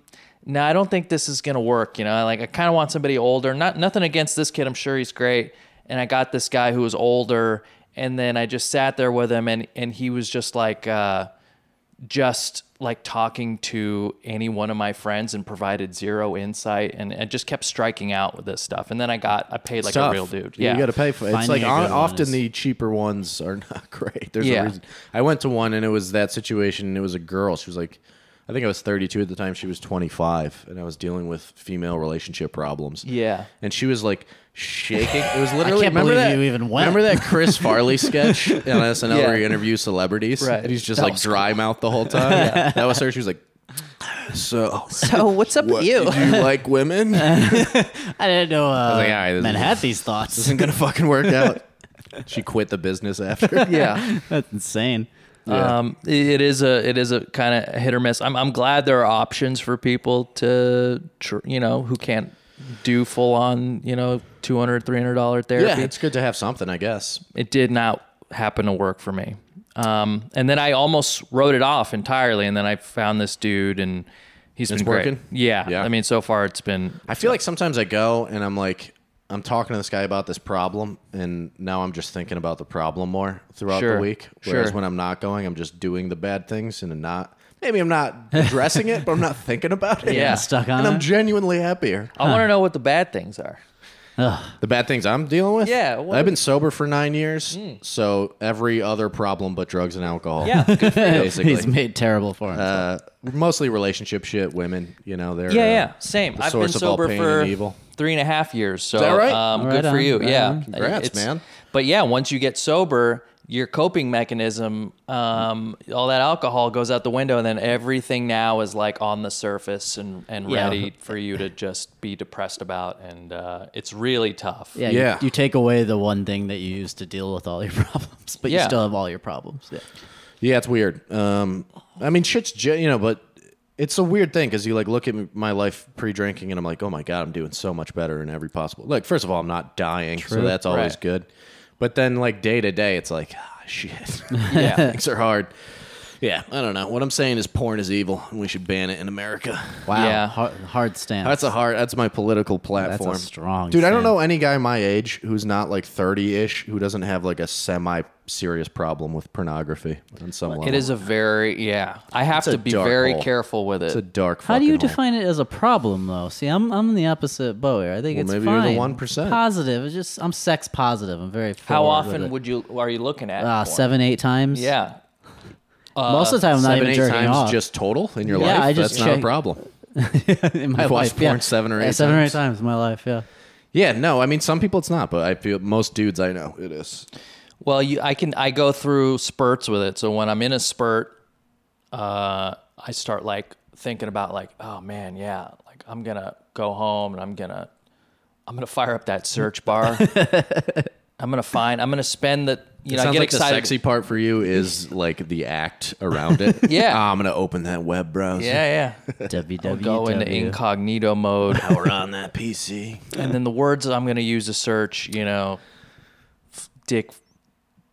S5: no i don't think this is gonna work you know like i kind of want somebody older not nothing against this kid i'm sure he's great and i got this guy who was older and then i just sat there with him and and he was just like uh just like talking to any one of my friends and provided zero insight and it just kept striking out with this stuff. And then I got I paid like a real dude. Yeah.
S3: you got to pay for it. It's
S4: Finding
S3: like
S4: a
S3: on,
S4: good one
S3: often
S4: is-
S3: the cheaper ones are not great. There's
S5: Yeah.
S3: a reason. I went to one and it was that situation. And it was a girl. She was like, I think I was 32 at the time. She was 25, and I was dealing with female relationship problems.
S5: Yeah.
S3: and she was like shaking. It was literally.
S4: can't believe
S3: remember that,
S4: you even went.
S3: Remember that Chris Farley sketch on SNL
S5: Yeah.
S3: where he interviews celebrities,
S5: Right.
S3: and he's just
S5: That
S3: like
S5: was
S3: dry mouth the whole time. That was her. She was like, "So,
S7: So what's up
S3: what,
S7: with you?
S3: did you like women? It
S4: I didn't know uh,
S3: like, all right, this
S4: men
S3: is-
S4: had these thoughts.
S3: isn't gonna fucking work out." She quit the business after.
S5: Yeah.
S4: That's insane.
S5: Um, it is a it is a kind of hit or miss. I'm I'm glad there are options for people to tr- you know who can't do full on you know 200 300 dollar therapy.
S3: Yeah, it's good to have something, I guess.
S5: it did not happen to work for me. Um, and then I almost wrote it off entirely. And then I found this dude, and he's
S3: It's
S5: been great.
S3: working?
S5: Yeah.
S3: Yeah.
S5: I mean, so far it's been.
S3: I feel like sometimes I go and I'm like, I'm talking to this guy about this problem, and now I'm just thinking about the problem more throughout
S5: Sure.
S3: the week. Whereas
S5: Sure.
S3: when I'm not going, I'm just doing the bad things and not. Maybe I'm not addressing it, but I'm not thinking about it.
S5: Yeah.
S4: Stuck on
S3: And I'm
S4: it?
S3: genuinely happier.
S5: I want to know what the bad things are.
S3: The bad things I'm dealing with?
S5: Yeah, what- Mm.
S3: I've been sober for nine years, so every other problem but drugs and alcohol.
S5: Yeah, good
S3: Basically.
S4: He's made terrible for himself.
S3: uh, mostly relationship shit, women, you know, they're.
S5: Yeah,
S3: uh,
S5: yeah, same.
S3: the
S5: I've been
S3: source of all
S5: sober
S3: pain
S5: for
S3: and evil.
S5: three and a half years. So
S3: that right?
S5: um,
S4: Right
S5: good for
S4: on,
S5: you.
S4: right
S5: yeah,
S4: on.
S3: Congrats, man.
S5: But yeah, once you get sober, your coping mechanism, um, all that alcohol goes out the window, and then everything now is like on the surface and, and
S4: Yeah.
S5: ready for you to just be depressed about, and uh, it's really tough.
S4: Yeah,
S3: Yeah.
S4: You, you take away the one thing that you use to deal with all your problems, but you
S5: Yeah.
S4: still have all your problems. Yeah.
S3: Yeah, it's weird. Um, I mean, shit's ge- you know, but it's a weird thing because you like look at my life pre-drinking, and I'm like, oh my god, I'm doing so much better in every possible. Like, first of all, I'm not dying, so that's always
S5: Right.
S3: good. But then, like day to day, it's like, ah, shit,
S5: yeah.
S3: things are hard. Yeah, I don't know. What I'm saying is, porn is evil, and we should ban it in America.
S4: Wow.
S5: Yeah.
S4: Hard, hard stance.
S3: That's a hard. That's my political platform.
S4: strong
S3: dude. I don't
S4: stand.
S3: know any guy my age who's not like thirty ish who doesn't have like a semi serious problem with pornography on some level.
S5: It is a very yeah. I have
S3: a
S5: to be
S3: dark
S5: very
S3: hole.
S5: careful with
S3: It's a
S5: it.
S3: dark.
S4: How do you
S3: fucking hole.
S4: define it as a problem, though? See, I'm I'm the opposite boat here. I think
S3: Well,
S4: it's
S3: maybe you're
S4: fine.
S3: the 1%.
S4: Positive. It's just I'm sex positive. I'm very.
S5: How
S4: forward with
S5: often
S4: it.
S5: would you are you looking at
S4: uh,
S5: porn?
S4: seven, eight times?
S5: Yeah,
S4: Most of the time, I'm not
S3: seven,
S4: even
S3: eight
S4: jerking
S3: times
S4: off.
S3: just total in your
S4: Yeah,
S3: life?
S4: I just
S3: That's not a
S4: check-
S3: problem.
S4: in my
S3: I've watched
S4: life, yeah.
S3: porn seven or
S4: Yeah,
S3: eight
S4: seven or eight times
S3: times.
S4: in my life. Yeah.
S3: Yeah, no, I mean some people it's not, but I feel most dudes I know it is.
S5: Well, you, I can I go through spurts with it. So when I'm in a spurt, uh, I start like thinking about like, oh man, yeah, like I'm gonna go home and I'm gonna I'm gonna fire up that search bar. I'm gonna find. I'm gonna spend the. You know, I
S3: Sounds
S5: get
S3: like
S5: excited.
S3: the sexy part for you is like the act around it.
S5: Yeah.
S3: Ah, I'm gonna open that web browser.
S5: Yeah, yeah.
S4: www.
S5: Go into incognito mode,
S3: We're on that PC.
S5: and then the words that I'm gonna use to search, you know, f- dick,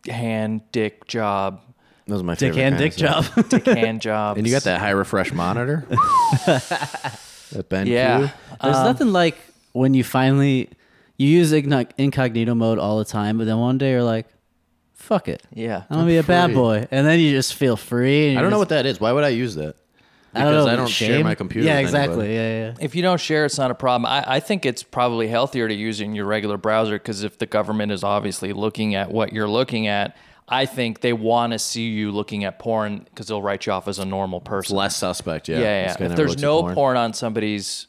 S5: hand, dick job,
S3: Those are my
S4: dick
S3: favorite
S4: and dick
S3: kinds of-
S4: job.
S5: dick hand job.
S3: And you got that high refresh monitor. that Ben
S5: Yeah.
S4: There's nothing like when you finally you use igno- incognito mode all the time, but then one day you're like, "Fuck it,
S5: Yeah.
S4: I'm gonna be a bad
S3: free.
S4: boy," and then you just feel free. And
S3: I don't know
S4: you're
S3: what that is. Why would I use that?
S4: just- I don't,
S3: because
S4: know,
S3: I don't share
S4: shame?
S3: my computer
S4: Yeah,
S3: with anybody.
S4: exactly. Yeah, yeah.
S5: If you don't share, it's not a problem. I, I think it's probably healthier to use it in your regular browser because if the government is obviously looking at what you're looking at, I think they want to see you looking at porn because they'll write you off as a normal person.
S3: Less suspect, yeah.
S5: yeah,
S3: This guy
S5: yeah. If
S3: never
S5: there's
S3: looks at
S5: no porn on somebody's,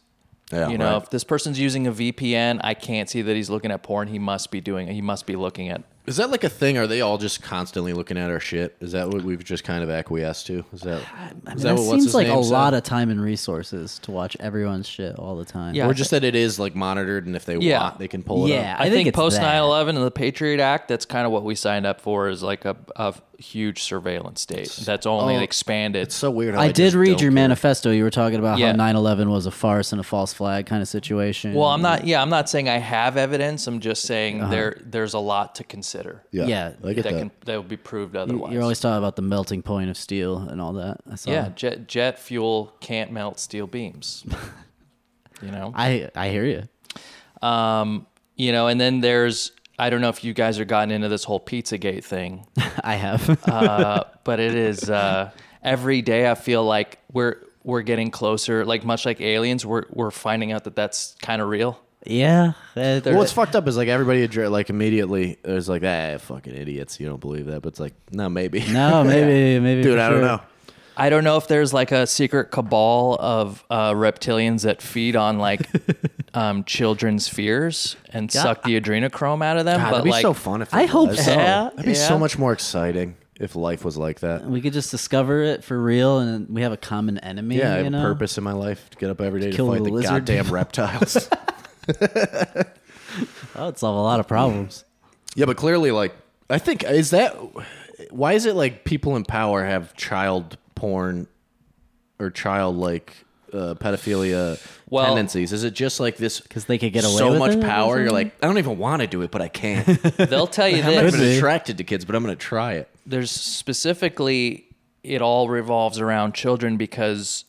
S3: Yeah,
S5: you know,
S3: right.
S5: if this person's using a VPN, I can't see that he's looking at porn. He must be doing. He must be looking at.
S3: Is that like a thing? Are they all just constantly looking at our shit? Is that what we've just kind of acquiesced to? Is that,
S4: I
S3: is
S4: mean, that
S3: what
S4: seems like a
S3: said?
S4: lot of time and resources to watch everyone's shit all the time.
S5: Yeah.
S3: or just that it is like monitored, and if they
S5: Yeah.
S3: want, they can pull it.
S4: Yeah.
S3: up.
S4: I
S5: I,
S4: think
S5: think,
S4: it's
S5: post
S4: that.
S5: 9/11 and the Patriot Act, that's kind of what we signed up for is like a, a huge surveillance state that's only expanded.
S3: It's so weird. How
S4: I
S3: they
S4: did
S3: just
S4: read
S3: don't
S4: your
S3: care.
S4: manifesto. You were talking about
S5: Yeah.
S4: how 9/11 was a farce and a false flag kind of situation.
S5: Well, I'm not. Yeah, I'm not saying I have evidence. I'm just saying
S4: Uh-huh.
S5: there there's a lot to consider.
S4: Yeah,
S3: I get
S5: that,
S3: that.
S5: can that will be proved otherwise.
S4: You're always uh, talking about the melting point of steel and all that. I saw
S5: yeah. Jet jet fuel can't melt steel beams. you know.
S4: I I hear you.
S5: Um. You know. And then there's I don't know if you guys are gotten into this whole PizzaGate thing,
S4: I have.
S5: uh, but it is. Uh, every day I feel like we're we're getting closer. Like much like aliens, we're we're finding out that that's kind of real.
S6: Yeah. eh,
S3: Well, what's fucked up is like everybody addre- like immediately is like, ah, fucking idiots. You don't believe that, but it's like, no, maybe.
S6: no, maybe, maybe.
S3: dude,
S6: for
S3: I don't
S6: sure.
S3: know.
S5: I don't know if there's like a secret cabal of uh, reptilians that feed on like um, children's fears and suck the adrenochrome out of them.
S3: God,
S5: but
S3: that'd be
S5: like,
S3: so fun if it
S6: I hope
S3: was.
S6: so.
S5: Yeah,
S3: That'd be
S5: yeah.
S3: so much more exciting if life was like that.
S6: We could just discover it for real, and we have a common enemy.
S3: Yeah, I
S6: you
S3: have a
S6: know?
S3: purpose in my life to get up every day to
S6: kill
S3: fight
S6: the
S3: the
S6: lizard.
S3: goddamn reptiles.
S6: That would solve a lot of problems.
S3: yeah, but clearly, like, I think is that why is it like people in power have child porn or child like uh, pedophilia
S5: Well-
S3: tendencies? Is it just like this?
S6: 'Cause they could get away
S3: so
S6: with
S3: much
S6: it or
S3: power. You're
S6: something?
S3: like, I don't even want to do it, but I can. I'm
S5: they'll tell you
S3: not
S5: this.
S3: even attracted to kids, but I'm going to try it.
S5: there's specifically it all revolves around children because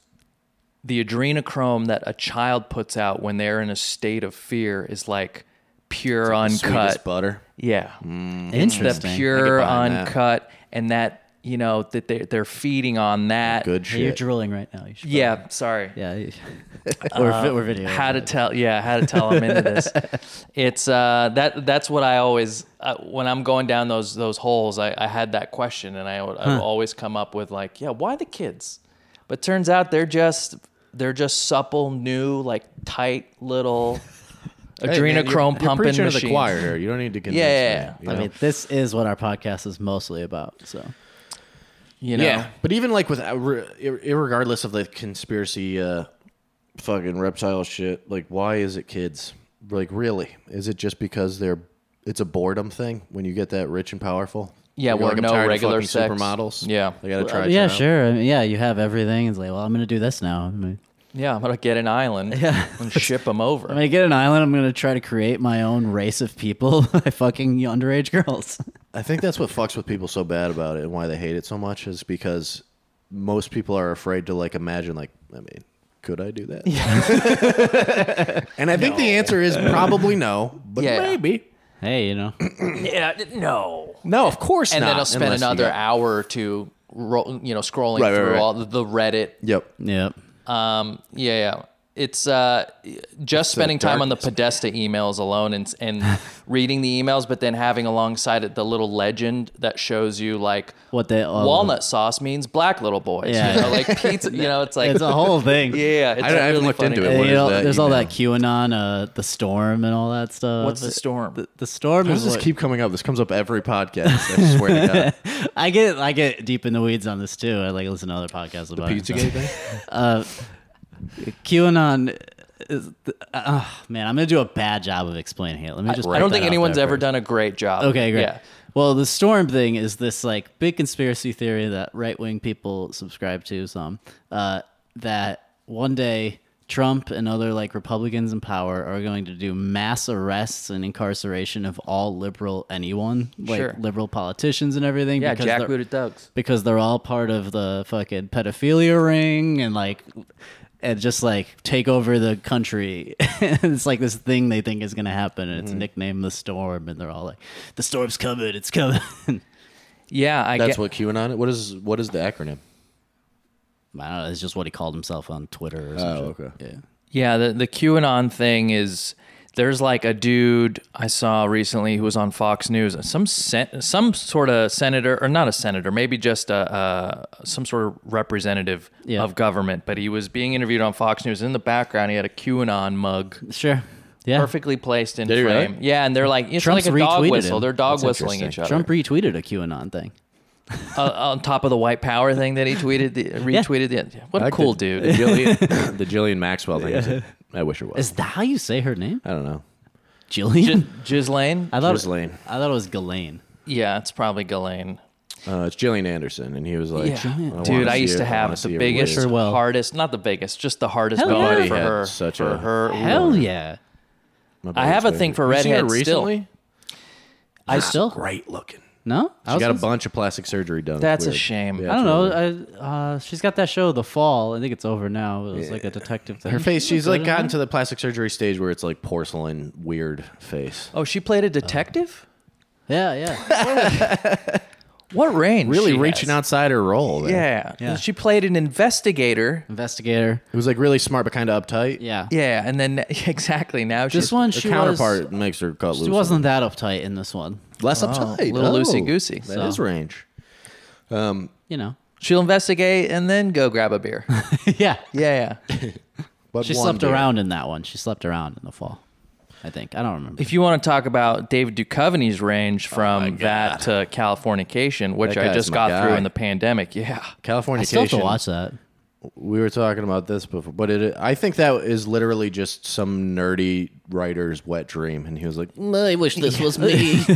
S5: the adrenochrome that a child puts out when they're in a state of fear is like pure
S3: Sweetest Mm,
S5: uncut
S3: butter.
S5: yeah the
S4: Interesting.
S5: pure
S3: behind that.
S5: uncut and that you know that they, they're feeding on that
S3: Good
S6: Hey, you're
S3: shit.
S6: drooling right now. You should
S5: yeah sorry
S6: Yeah. you-
S4: Or if it were video.
S5: how to tell yeah how to tell them into this it's uh that that's what i always uh, when i'm going down those those holes i, I had that question and i would I would always come up with like yeah why the kids but turns out they're just they're just supple new like tight little
S3: Hey, man, you're-
S5: adrenochrome
S3: you're
S5: pumping
S3: preaching to
S5: machines
S3: the choir here. You don't need to convince
S5: Yeah, yeah,
S3: me,
S5: yeah.
S3: you
S4: I
S3: know?
S4: mean, this is what our podcast is mostly about. So
S5: you know
S3: Yeah, but even like with uh, ir- irregardless of the conspiracy, uh, fucking reptile shit, like why is it kids? Like really, is it just because they're? It's a boredom thing when you get that rich and powerful.
S5: Yeah,
S3: You're
S5: where
S3: like, I'm
S5: no
S3: tired of
S5: regular
S3: fucking
S5: sex.
S3: supermodels.
S5: Yeah.
S3: I gotta try.
S4: Uh, yeah,
S3: it out.
S4: sure. I mean, yeah, you have everything. It's like, well, I'm gonna do this now. I mean,
S5: yeah i'm gonna get an island and ship them over
S4: I'm gonna get an island. I'm gonna try to create my own race of people by fucking underage girls.
S3: I think that's what fucks with people so bad about it and why they hate it so much is because most people are afraid to like imagine like I mean, could I do that? and I think the answer is probably no, but
S5: Yeah.
S3: maybe.
S4: hey, you know,
S5: yeah no
S3: No, of course
S5: and
S3: not.
S5: then i'll spend
S3: unless you
S5: another
S3: got-
S5: hour or two ro- you know scrolling
S3: Right, right,
S5: through
S3: right.
S5: all the, the reddit
S3: Yep.
S4: yep.
S5: Um, yeah, yeah. It's uh, just spending time on the Podesta emails alone and and reading the emails, but then having alongside it the little legend that shows you like
S4: What they oh, all-
S5: walnut sauce means black little boys.
S4: Yeah.
S5: You know, like pizza. You know, it's like
S4: It's a whole thing.
S5: yeah. It's
S3: I haven't
S5: really
S3: looked
S5: funny.
S3: into it.
S4: And,
S3: What
S4: you
S3: is
S4: know,
S3: that
S4: there's all
S3: email?
S4: that QAnon, uh, the storm, and all that stuff.
S5: What's the storm?
S4: uh, The, the storm
S3: How
S4: is
S3: does this
S4: what-
S3: keep coming up? This comes up every podcast. I swear to God.
S4: I get I get deep in the weeds on this too. I like listen to other podcasts about it.
S3: Pizzagate thing?
S4: QAnon. Is, uh, man, I'm gonna do a bad job of explaining it. Let me just.
S5: I don't
S4: put that
S5: think
S4: out
S5: anyone's
S4: there
S5: ever
S4: first.
S5: done a great job.
S4: Okay, great.
S5: Yeah.
S4: Well, the storm thing is this like big conspiracy theory that right wing people subscribe to. Some uh, that one day Trump and other like Republicans in power are going to do mass arrests and incarceration of all liberal anyone, like
S5: Sure.
S4: liberal politicians and everything.
S5: Yeah,
S4: because they're-
S5: jackbooted thugs.
S4: because they're all part of the fucking pedophilia ring and like and just like take over the country. it's like this thing they think is gonna happen, and it's
S3: Mm-hmm.
S4: nicknamed the storm, and they're all like, "The storm's coming, it's coming." I don't
S5: Yeah, I
S3: That's
S5: get.
S3: what QAnon. What is what is the acronym?
S4: know. It's just what he called himself on Twitter. Or something.
S3: Oh, okay.
S5: Yeah, the, the QAnon thing is there's like a dude I saw recently who was on Fox News, uh, some sen- some sort of senator or not a senator, maybe just a uh, some sort of representative
S4: Yeah.
S5: of government, but he was being interviewed on Fox News. In the background, he had a QAnon mug.
S4: Sure. Yeah.
S5: Perfectly placed in
S3: Did he really?
S5: frame. Yeah, and they're like it's
S4: Trump's
S5: like a dog
S4: retweeted
S5: whistle.
S4: him.
S5: They're dog
S3: That's
S5: whistling each
S3: interesting.
S5: other.
S4: Trump retweeted a QAnon thing.
S5: Uh, on top of the white power thing that he tweeted, the, retweeted. The, what a cool
S3: The
S5: dude.
S3: Jillian, the Jillian Maxwell thing. is it? I wish it was.
S4: Is that how you say her name?
S3: I don't know.
S4: Jillian.
S5: J- Ghislaine?
S4: I thought
S3: Ghislaine.
S4: I thought it was Ghislaine.
S5: Yeah, it's probably Ghislaine.
S3: Uh, it's Jillian Anderson, and he was like,
S5: Yeah.
S3: wanna
S5: Dude, I
S3: see
S5: used
S3: her- I
S5: to
S3: wanna
S5: have
S3: see
S5: the
S3: her
S5: biggest,
S3: waist."
S4: Sure will.
S5: hardest, not the biggest, just the hardest
S4: Hell
S5: moment
S4: yeah.
S5: for
S3: Buddy had
S5: her.
S3: such
S5: for
S3: a-
S5: her.
S4: Hell yeah.
S3: My
S5: I have a
S3: buddy's
S5: thing
S3: favorite.
S5: for
S3: You seen her
S5: redheads still.
S3: recently?
S5: I still.
S3: Great looking.
S4: No, I
S3: She
S4: was
S3: got a
S4: gonna-
S3: bunch of plastic surgery done. It's
S5: That's a
S3: weird.
S5: shame.
S3: Yeah,
S4: I don't
S3: it's really weird.
S4: know. I, uh, she's got that show, The Fall. I think it's over now. It was like a detective thing.
S3: Her face, she's like gotten to the plastic surgery stage where it's like porcelain, weird face.
S5: Uh, Oh, she played a detective?
S4: Yeah, yeah.
S5: What range?
S3: Really
S5: she
S3: reaching
S5: has.
S3: outside her role. there.
S5: Yeah. She played an investigator.
S4: Investigator.
S3: It was like really smart but kind of uptight.
S4: Yeah.
S5: Yeah, and then exactly now she's
S4: This one,
S3: Her
S4: she
S3: counterpart
S4: was.
S3: makes her cut loose.
S4: She wasn't that uptight in this one.
S3: less uptight.
S5: little
S3: Oh,
S5: loosey-goosey.
S3: That
S4: So.
S3: is range.
S4: You know.
S5: She'll investigate and then go grab a beer.
S4: yeah.
S5: yeah, yeah.
S3: But
S4: She
S3: one
S4: slept
S3: beer.
S4: around in that one. She slept around in the fall. I think. I don't remember.
S5: If you want to talk about David Duchovny's range from that to Californication, which
S3: Oh That
S5: I
S3: guy's
S5: just
S3: my
S5: got through
S3: guy.
S5: in the pandemic, yeah.
S3: California.
S4: I still have to watch that.
S3: We were talking about this before, but it, I think that is literally just some nerdy writer's wet dream. And he was like, "Mm,
S4: I wish this was me.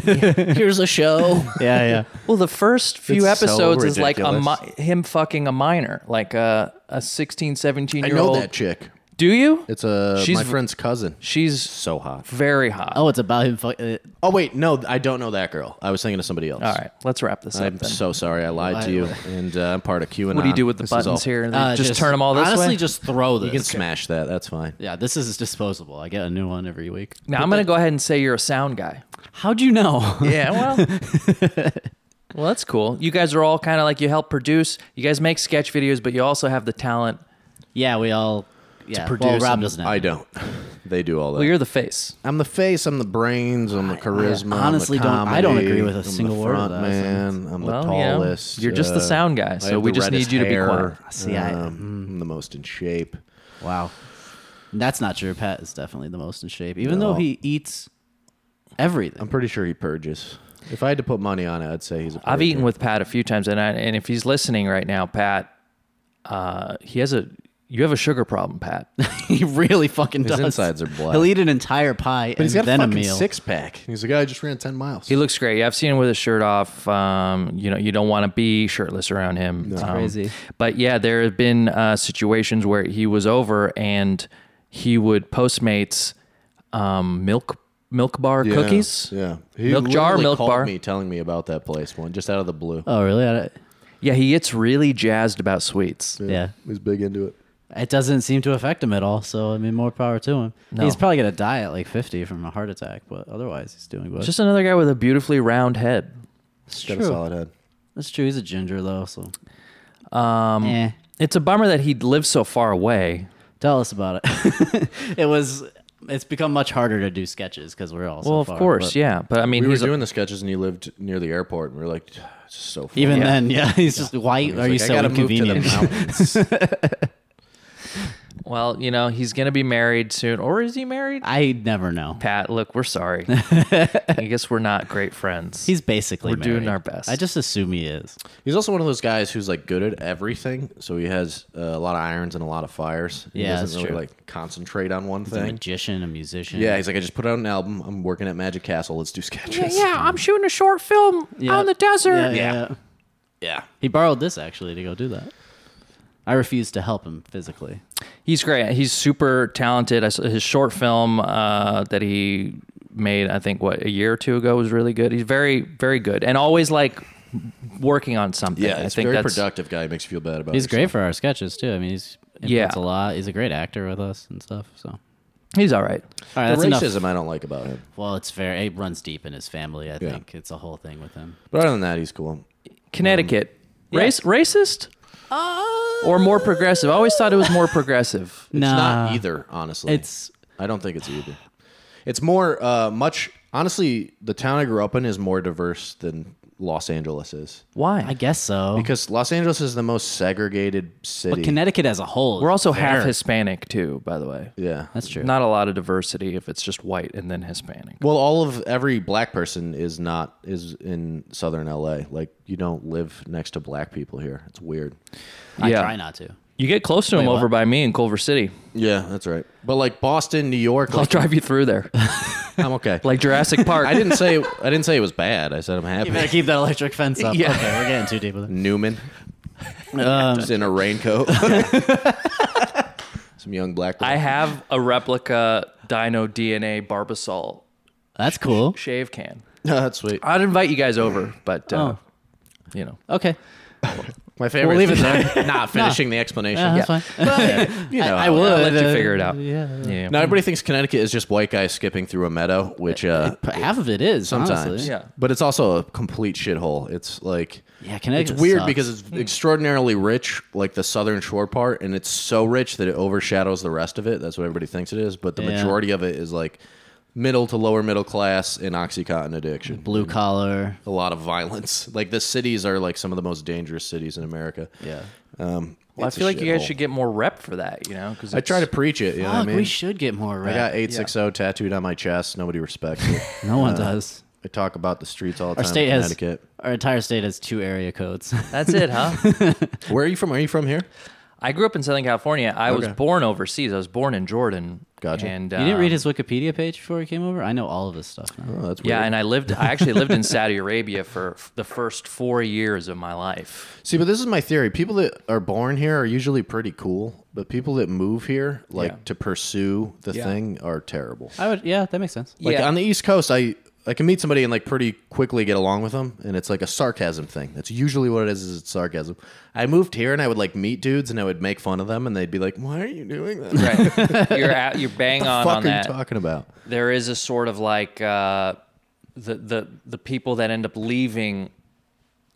S4: Here's a show. Yeah, yeah.
S5: Well, the first few
S3: It's so
S5: episodes is like a
S3: ridiculous.
S5: mi- him fucking a minor, like a, a 16, 17
S3: I
S5: year
S3: know
S5: old.
S3: that chick.
S5: Do you?
S3: It's a
S5: She's
S3: my
S5: v-
S3: friend's cousin.
S5: She's
S3: so hot.
S5: very hot.
S4: Oh, it's about him. Fu- uh,
S3: Oh wait, no, I don't know that girl. I was thinking of somebody else.
S5: All right, let's wrap this
S3: I'm
S5: up. Then.
S3: so sorry I lied to you, and uh, I'm part of Q and
S5: what do you do with the buttons here?
S4: uh,
S5: just, turn them all this
S4: honestly,
S5: way.
S4: just throw this.
S3: You can smash that. That's fine.
S4: yeah, this is disposable. I get a new one every week.
S5: now I'm gonna go ahead and say you're a sound guy.
S4: How'd you know?
S5: Yeah, well. well, that's cool. You guys are all kind of like you help produce. You guys make sketch videos, but you also have the talent.
S4: yeah, we all. Yeah, well,
S3: Produce
S4: Rob
S3: and-
S4: doesn't. Have
S3: I
S4: it.
S3: don't. They do all that.
S5: Well, you're the face.
S3: I'm the face. I'm the brains. I'm the charisma. I'm the
S4: honestly don't- I don't
S3: comedy,
S4: agree with a
S3: I'm the
S4: single word of
S3: front
S4: that.
S3: Man, I'm
S5: Well,
S3: the
S5: you know,
S3: tallest. uh,
S5: you're just the sound guy,
S3: I
S5: so
S3: have
S5: we
S3: the
S5: just need
S3: reddest
S5: you to be
S3: hair.
S5: quiet.
S4: See, I-
S5: mm.
S3: Um, I'm the most in shape.
S4: Wow. That's not true. Pat is definitely the most in shape, even though
S3: No.
S4: he eats everything.
S3: I'm pretty sure he purges. If I had to put money on it, I'd say he's a.
S5: I've
S3: purger.
S5: eaten with Pat a few times, and I, and if he's listening right now, Pat, uh, he has a you have a sugar problem, Pat.
S4: he really fucking
S3: His
S4: does.
S3: insides are black.
S4: He'll eat an entire pie and
S3: But he's got
S4: then
S3: a
S4: a,
S3: fucking
S4: meal.
S3: six pack. He's like, "Oh, I just ran ten miles.
S5: he looks great. I've seen him with his shirt off. Um, you know, you don't want to be shirtless around him. Um,
S4: crazy.
S5: But yeah, there have been uh, situations where he was over and he would Postmates um, milk milk bar
S3: Yeah,
S5: cookies.
S3: Yeah,
S5: Milk jar,
S3: literally
S5: milk
S3: called
S5: bar?
S3: Me telling me about that place one just out of the blue.
S4: Oh, really? I don't-
S5: Yeah, he gets really jazzed about sweets.
S4: yeah.
S3: he's big into it.
S4: It doesn't seem to affect him at all. So I mean, more power to him.
S5: No.
S4: He's probably gonna die at like fifty from a heart attack, but otherwise he's doing good.
S5: Just another guy with a beautifully round head.
S4: It's
S3: Got
S4: true.
S3: a solid head.
S4: That's true. He's a ginger though, so. Um.
S5: It's a bummer that he lives so far away.
S4: Tell us about it. it was. It's become much harder to do sketches because we're all. so
S5: Well, of
S4: far,
S5: course,
S4: but
S5: yeah. But I mean,
S3: We were
S5: he's a-
S3: doing the sketches, and you lived near the airport, and we were like, "It's so far."
S4: Even
S5: Yeah.
S4: then, yeah. He's just why
S3: He's
S4: are
S3: like,
S4: you
S3: "I
S4: so
S3: gotta move to the
S4: inconvenient?
S3: mountains."
S5: well, you know, he's gonna be married soon, or is he married?
S4: I never know.
S5: Pat, look, we're sorry. I guess we're not great friends.
S4: He's basically
S5: We're doing
S4: married.
S5: our best.
S4: I just assume he is.
S3: he's also one of those guys who's like good at everything, so he has uh, a lot of irons and a lot of fires. He
S4: Yeah,
S3: doesn't
S4: that's
S3: really
S4: true.
S3: like concentrate on one
S4: A
S3: thing.
S4: magician, a musician.
S3: Yeah, he's like, I just put out an album. I'm working at Magic Castle. Let's do sketches.
S5: I'm shooting a short film
S4: Yeah. Yeah, yeah, yeah.
S3: yeah.
S4: He borrowed this actually to go do that. I refuse to help him physically.
S3: Oh,
S5: He's great. He's super talented. I saw his short film uh, that he made, I think, what a year or two ago, was really good. He's very, very good, and always like working on something.
S3: Yeah,
S5: I
S3: it's
S5: think
S3: very
S5: that's
S3: productive guy. Makes you feel bad about.
S4: He's
S3: yourself.
S4: great for our sketches too. I mean, he's
S5: Yeah.
S4: yeah, a lot. He's a great actor with us and stuff. So, all
S5: he's all right.
S4: right,
S3: The
S4: that's enough.
S3: racism I don't like about him.
S4: Well, it's fair. It runs deep in his family. I think it's a whole thing with him.
S3: But other than that, he's cool.
S5: Connecticut, race racist Uh, or more progressive? I always thought it was more progressive.
S3: It's not
S4: Nah.
S3: either, honestly.
S4: It's-
S3: I don't think it's either. It's more uh, much honestly, the town I grew up in is more diverse than Los Angeles is.
S5: Why?
S4: I guess so.
S3: Because Los Angeles is the most segregated city.
S4: but Connecticut as a whole,
S5: We're also half
S4: Fair.
S5: Hispanic too, by the way.
S3: yeah.
S4: that's true.
S5: Not a lot of diversity if it's just white and then Hispanic.
S3: well, all of every black person is not is in southern LA. Like you don't live next to black people here. It's weird.
S4: I
S5: yeah.
S4: try not to.
S5: You get close to him
S4: Wait,
S5: over
S4: what?
S5: by me in Culver City.
S3: Yeah, that's right. But like Boston, New York,
S5: I'll
S3: like,
S5: drive you through there,
S3: I'm okay.
S5: like Jurassic Park.
S3: I didn't say I didn't say it was bad. I said I'm
S4: You better
S3: happy.
S4: keep that electric fence up.
S5: Yeah.
S4: Okay, we're getting too deep with it. Um,
S3: Newman. just in a raincoat. Some young black guy.
S5: I have a replica Dino DNA Barbasol
S4: That's cool.
S5: shave can. Oh.
S3: No, that's sweet.
S5: I'd invite you guys over, but uh, you know,
S4: Okay.
S3: My favorite.
S6: leave
S3: is
S6: it
S3: not- not finishing the explanation.
S4: Yeah, that's
S3: yeah.
S4: fine.
S3: You know,
S4: I, I
S3: how it
S4: would.
S5: I'll let you
S4: uh,
S5: figure it out.
S4: Yeah.
S5: Yeah.
S3: Now everybody thinks Connecticut is just white guys skipping through a meadow, which uh,
S4: But half of it is
S3: sometimes,
S4: Honestly.
S5: Yeah.
S3: but it's also a complete shithole. It's like
S4: Yeah,
S3: it's
S4: Connecticut
S3: weird
S4: sucks.
S3: because
S5: Hmm.
S3: it's extraordinarily rich, like the southern shore part, and it's so rich that it overshadows the rest of it. That's what everybody thinks it is, but the
S4: Yeah.
S3: majority of it is like middle to lower middle class and oxycontin addiction.
S4: blue collar.
S3: A lot of violence. Like the cities are like some of the most dangerous cities in America.
S4: Yeah.
S3: Um,
S5: Well, I
S3: it's a
S5: feel like you guys
S3: shithole.
S5: should get more rep for that, you know? Because
S3: I try to preach it. You know what
S4: Fuck,
S3: I mean?
S4: we should get more
S3: I
S4: rap.
S3: got 860 tattooed on my chest. Nobody respects it.
S4: no one
S3: Uh,
S4: does.
S3: I talk about the streets all the
S4: Our
S3: time.
S4: state
S3: in
S4: has
S3: Connecticut.
S4: our entire state has two area codes.
S5: That's it, huh?
S3: Where are you from? Are you from here?
S5: I grew up in Southern California. I was
S3: Okay.
S5: born overseas. I was born in Jordan.
S3: Gotcha.
S5: And
S4: you didn't read
S5: um,
S4: his Wikipedia page before he came over. I know all of his stuff now.
S3: Oh, that's weird.
S5: Yeah, and I lived. I actually lived in Saudi Arabia for f- the first four years of my life.
S3: See, but this is my theory. People that are born here are usually pretty cool, but people that move here, like
S5: Yeah.
S3: to pursue the thing, are terrible.
S4: I would. Yeah, that makes sense.
S3: Like
S5: yeah.
S3: on the East Coast, I I can meet somebody and like pretty quickly get along with them, and it's like a sarcasm thing. That's usually what it is. Is it's sarcasm. I moved here and I would like meet dudes and I would make fun of them, and they'd be like, "Why are you doing that? What
S5: Right. you're at, you're bang
S3: the
S5: on
S3: fuck
S5: on
S3: are
S5: that.
S3: you talking about?"
S5: there is a sort of like uh, the the the people that end up leaving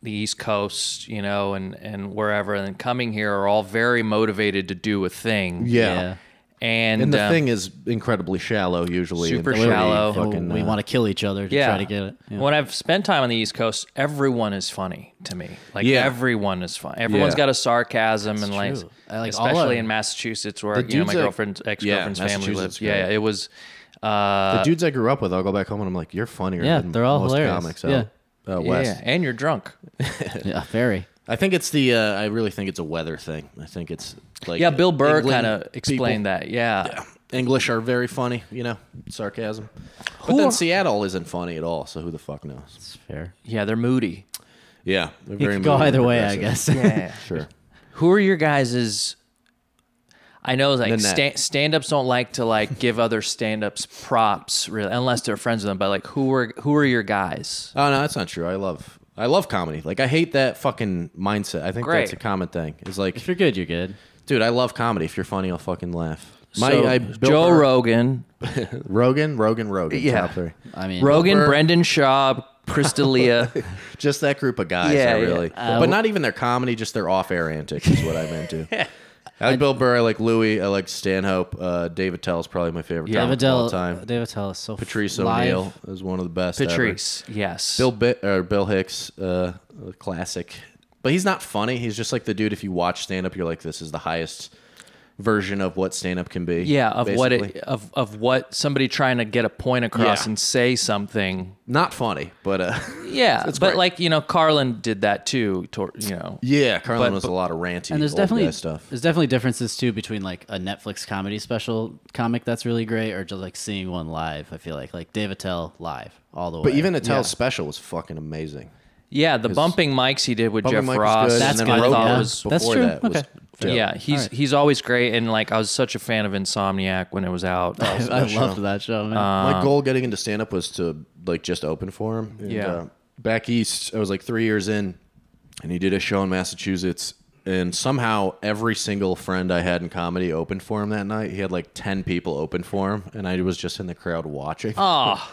S5: the East Coast, you know, and and wherever, and then coming here are all very motivated to do a thing.
S3: Yeah.
S4: Yeah.
S5: And,
S3: And the
S5: um,
S3: thing is incredibly shallow, usually. and
S5: Super
S3: pretty
S5: shallow.
S4: Oh,
S3: Fucking,
S4: we
S3: uh,
S4: want to kill each other to
S5: yeah.
S4: try to get it. Yeah.
S5: When I've spent time on the East Coast, everyone is funny to me. Like
S3: Yeah.
S5: everyone is funny. Everyone's
S3: Yeah.
S5: got a sarcasm and like,
S4: true. I like all
S5: especially
S4: of-
S5: in Massachusetts where
S3: The
S5: you know
S3: dudes
S5: my
S3: that-
S5: girlfriend's ex girlfriend's
S3: Yeah,
S5: family lives.
S3: Massachusetts,
S5: Yeah,
S3: great.
S5: it was. Uh,
S3: the dudes I grew up with, I'll go back home and I'm like, "You're funnier."
S4: Yeah,
S3: than
S4: they're all
S3: most
S4: hilarious.
S3: Comics out,
S4: Yeah.
S3: out west.
S5: yeah, and you're drunk.
S4: yeah, very.
S3: I think it's the. Uh, I really think it's a weather thing. I think it's like
S5: Yeah, Bill Burr
S3: England
S5: kind of explained
S3: people-
S5: that. Yeah.
S3: English are very funny, you know, sarcasm. But
S5: Who
S3: then
S5: are-
S3: Seattle isn't funny at all, so who the fuck knows?
S4: It's fair.
S5: Yeah, they're moody.
S3: Yeah, they're
S4: You
S3: very
S4: could go
S3: moody,
S4: either way, I
S3: progressive.
S4: guess.
S5: Yeah.
S3: Sure.
S5: Who are your guys' I know like
S3: Nanette.
S5: sta- stand-ups don't like to like give other stand-ups props really unless they're friends with them but like who are who are your guys?
S3: Oh no, that's not true. I love I love comedy. Like I hate that fucking mindset. I think
S5: Great.
S3: that's a common thing. It's like,
S4: If you're good, you're good.
S3: dude, I love comedy. If you're funny, I'll fucking laugh. My
S5: So,
S3: I, Bill
S5: Joe
S3: Burr-
S5: Rogan,
S3: Rogan, Rogan, Rogan.
S5: Yeah.
S3: Top three.
S4: I mean,
S5: Rogan,
S3: Burr.
S5: Brendan Schaub, Crystalia.
S3: Just that group of guys.
S5: Yeah,
S3: I
S5: yeah. Uh,
S3: really. but not even their comedy, just their off-air antics is what I'm into. I like Bill Burr. I like Louis. I like Stanhope. Uh, David Tell's probably my favorite
S5: Yeah. uh,
S3: comic
S4: David
S3: of all
S4: Tell.
S3: time.
S4: David Tell is so f-
S3: Patrice
S4: live.
S3: O'Neill is one of the best. ever.
S5: Patrice, yes.
S3: Bill Bi- or Bill Hicks, uh, a classic. But he's not funny. He's just like the dude. If you watch stand up, you're like, this is the highest version of what stand up can be.
S5: yeah, of what it,
S3: basically.
S5: of of what somebody trying to get a point across
S3: Yeah.
S5: and say something.
S3: Not funny, but uh,
S5: Yeah,
S3: That's
S5: but
S3: great.
S5: like you know, Carlin did that too. Tor- you know,
S3: yeah, Carlin
S5: But-
S3: was a lot of ranty
S4: and there's
S3: old
S4: definitely
S3: guy stuff.
S4: there's definitely differences too between like a Netflix comedy special comic that's really great or just like seeing one live. I feel like like David Tell live all the way.
S3: But even Attell's special was fucking amazing.
S5: yeah, the bumping mics he did with
S3: Bumping
S5: Jeff
S3: Mike was
S5: Ross.
S3: good,
S4: That's
S3: and then
S5: and I
S4: good,
S5: thought
S4: yeah.
S5: was
S4: That's
S3: before
S4: true.
S3: that was
S4: Okay.
S3: dope.
S5: yeah, he's he's always great, and like I was such a fan of Insomniac when it was out.
S4: I loved that show. Man.
S3: my goal getting into stand up was to like just open for him. And,
S5: Yeah.
S3: uh, back east, I was like three years in, and he did a show in Massachusetts. And somehow every single friend I had in comedy opened for him that night. He had like 10 people open for him, and I was just in the crowd watching.
S5: Oh.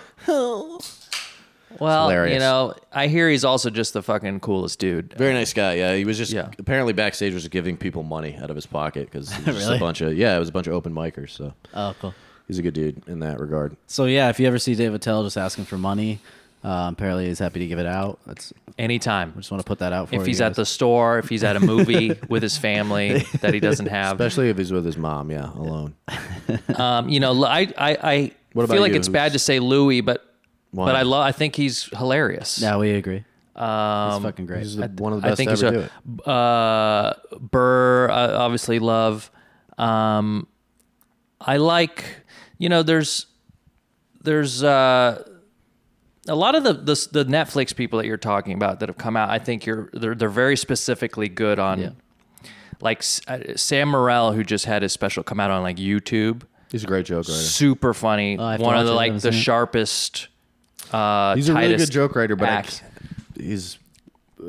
S5: Well,
S3: hilarious.
S5: you know, I hear he's also just the fucking coolest dude.
S3: Very nice guy. Yeah, he was just
S5: Yeah.
S3: apparently backstage was giving people money out of his pocket because
S4: Really?
S3: a bunch of yeah, it was a bunch of open micers. So
S4: oh, cool.
S3: he's a good dude in that regard.
S4: So yeah, if you ever see David Tell, just ask him for money. Uh, apparently, he's happy to give it out. That's
S5: Anytime.
S4: just want to put that out for
S5: If
S4: you
S5: he's
S4: guys.
S5: at the store, if he's at a movie with his family that he doesn't have.
S3: Especially if he's with his mom, yeah, alone.
S5: Um, you know, I I, I
S3: What
S5: feel
S3: about
S5: like
S3: you?
S5: it's bad to say Louis, but
S3: Why?
S5: but I love I think he's hilarious.
S4: yeah, we agree. Um, he's fucking great.
S3: He's the, one of the
S5: I
S3: best
S5: think
S3: to
S5: he's
S3: ever do it.
S5: a, uh Burr uh, obviously love um I like you know there's there's uh a lot of the, the the Netflix people that you're talking about that have come out I think you're they're they're very specifically good on like S- uh, Sam Morrell who just had his special come out on like YouTube
S3: He's a great joke writer.
S5: super funny
S4: Oh, I
S5: One
S4: have to watch it, I
S5: of the like
S4: haven't
S5: the
S4: seen it.
S5: sharpest uh
S3: He's a really good
S5: tightest
S3: joke writer, but I
S5: acts.
S3: c- he's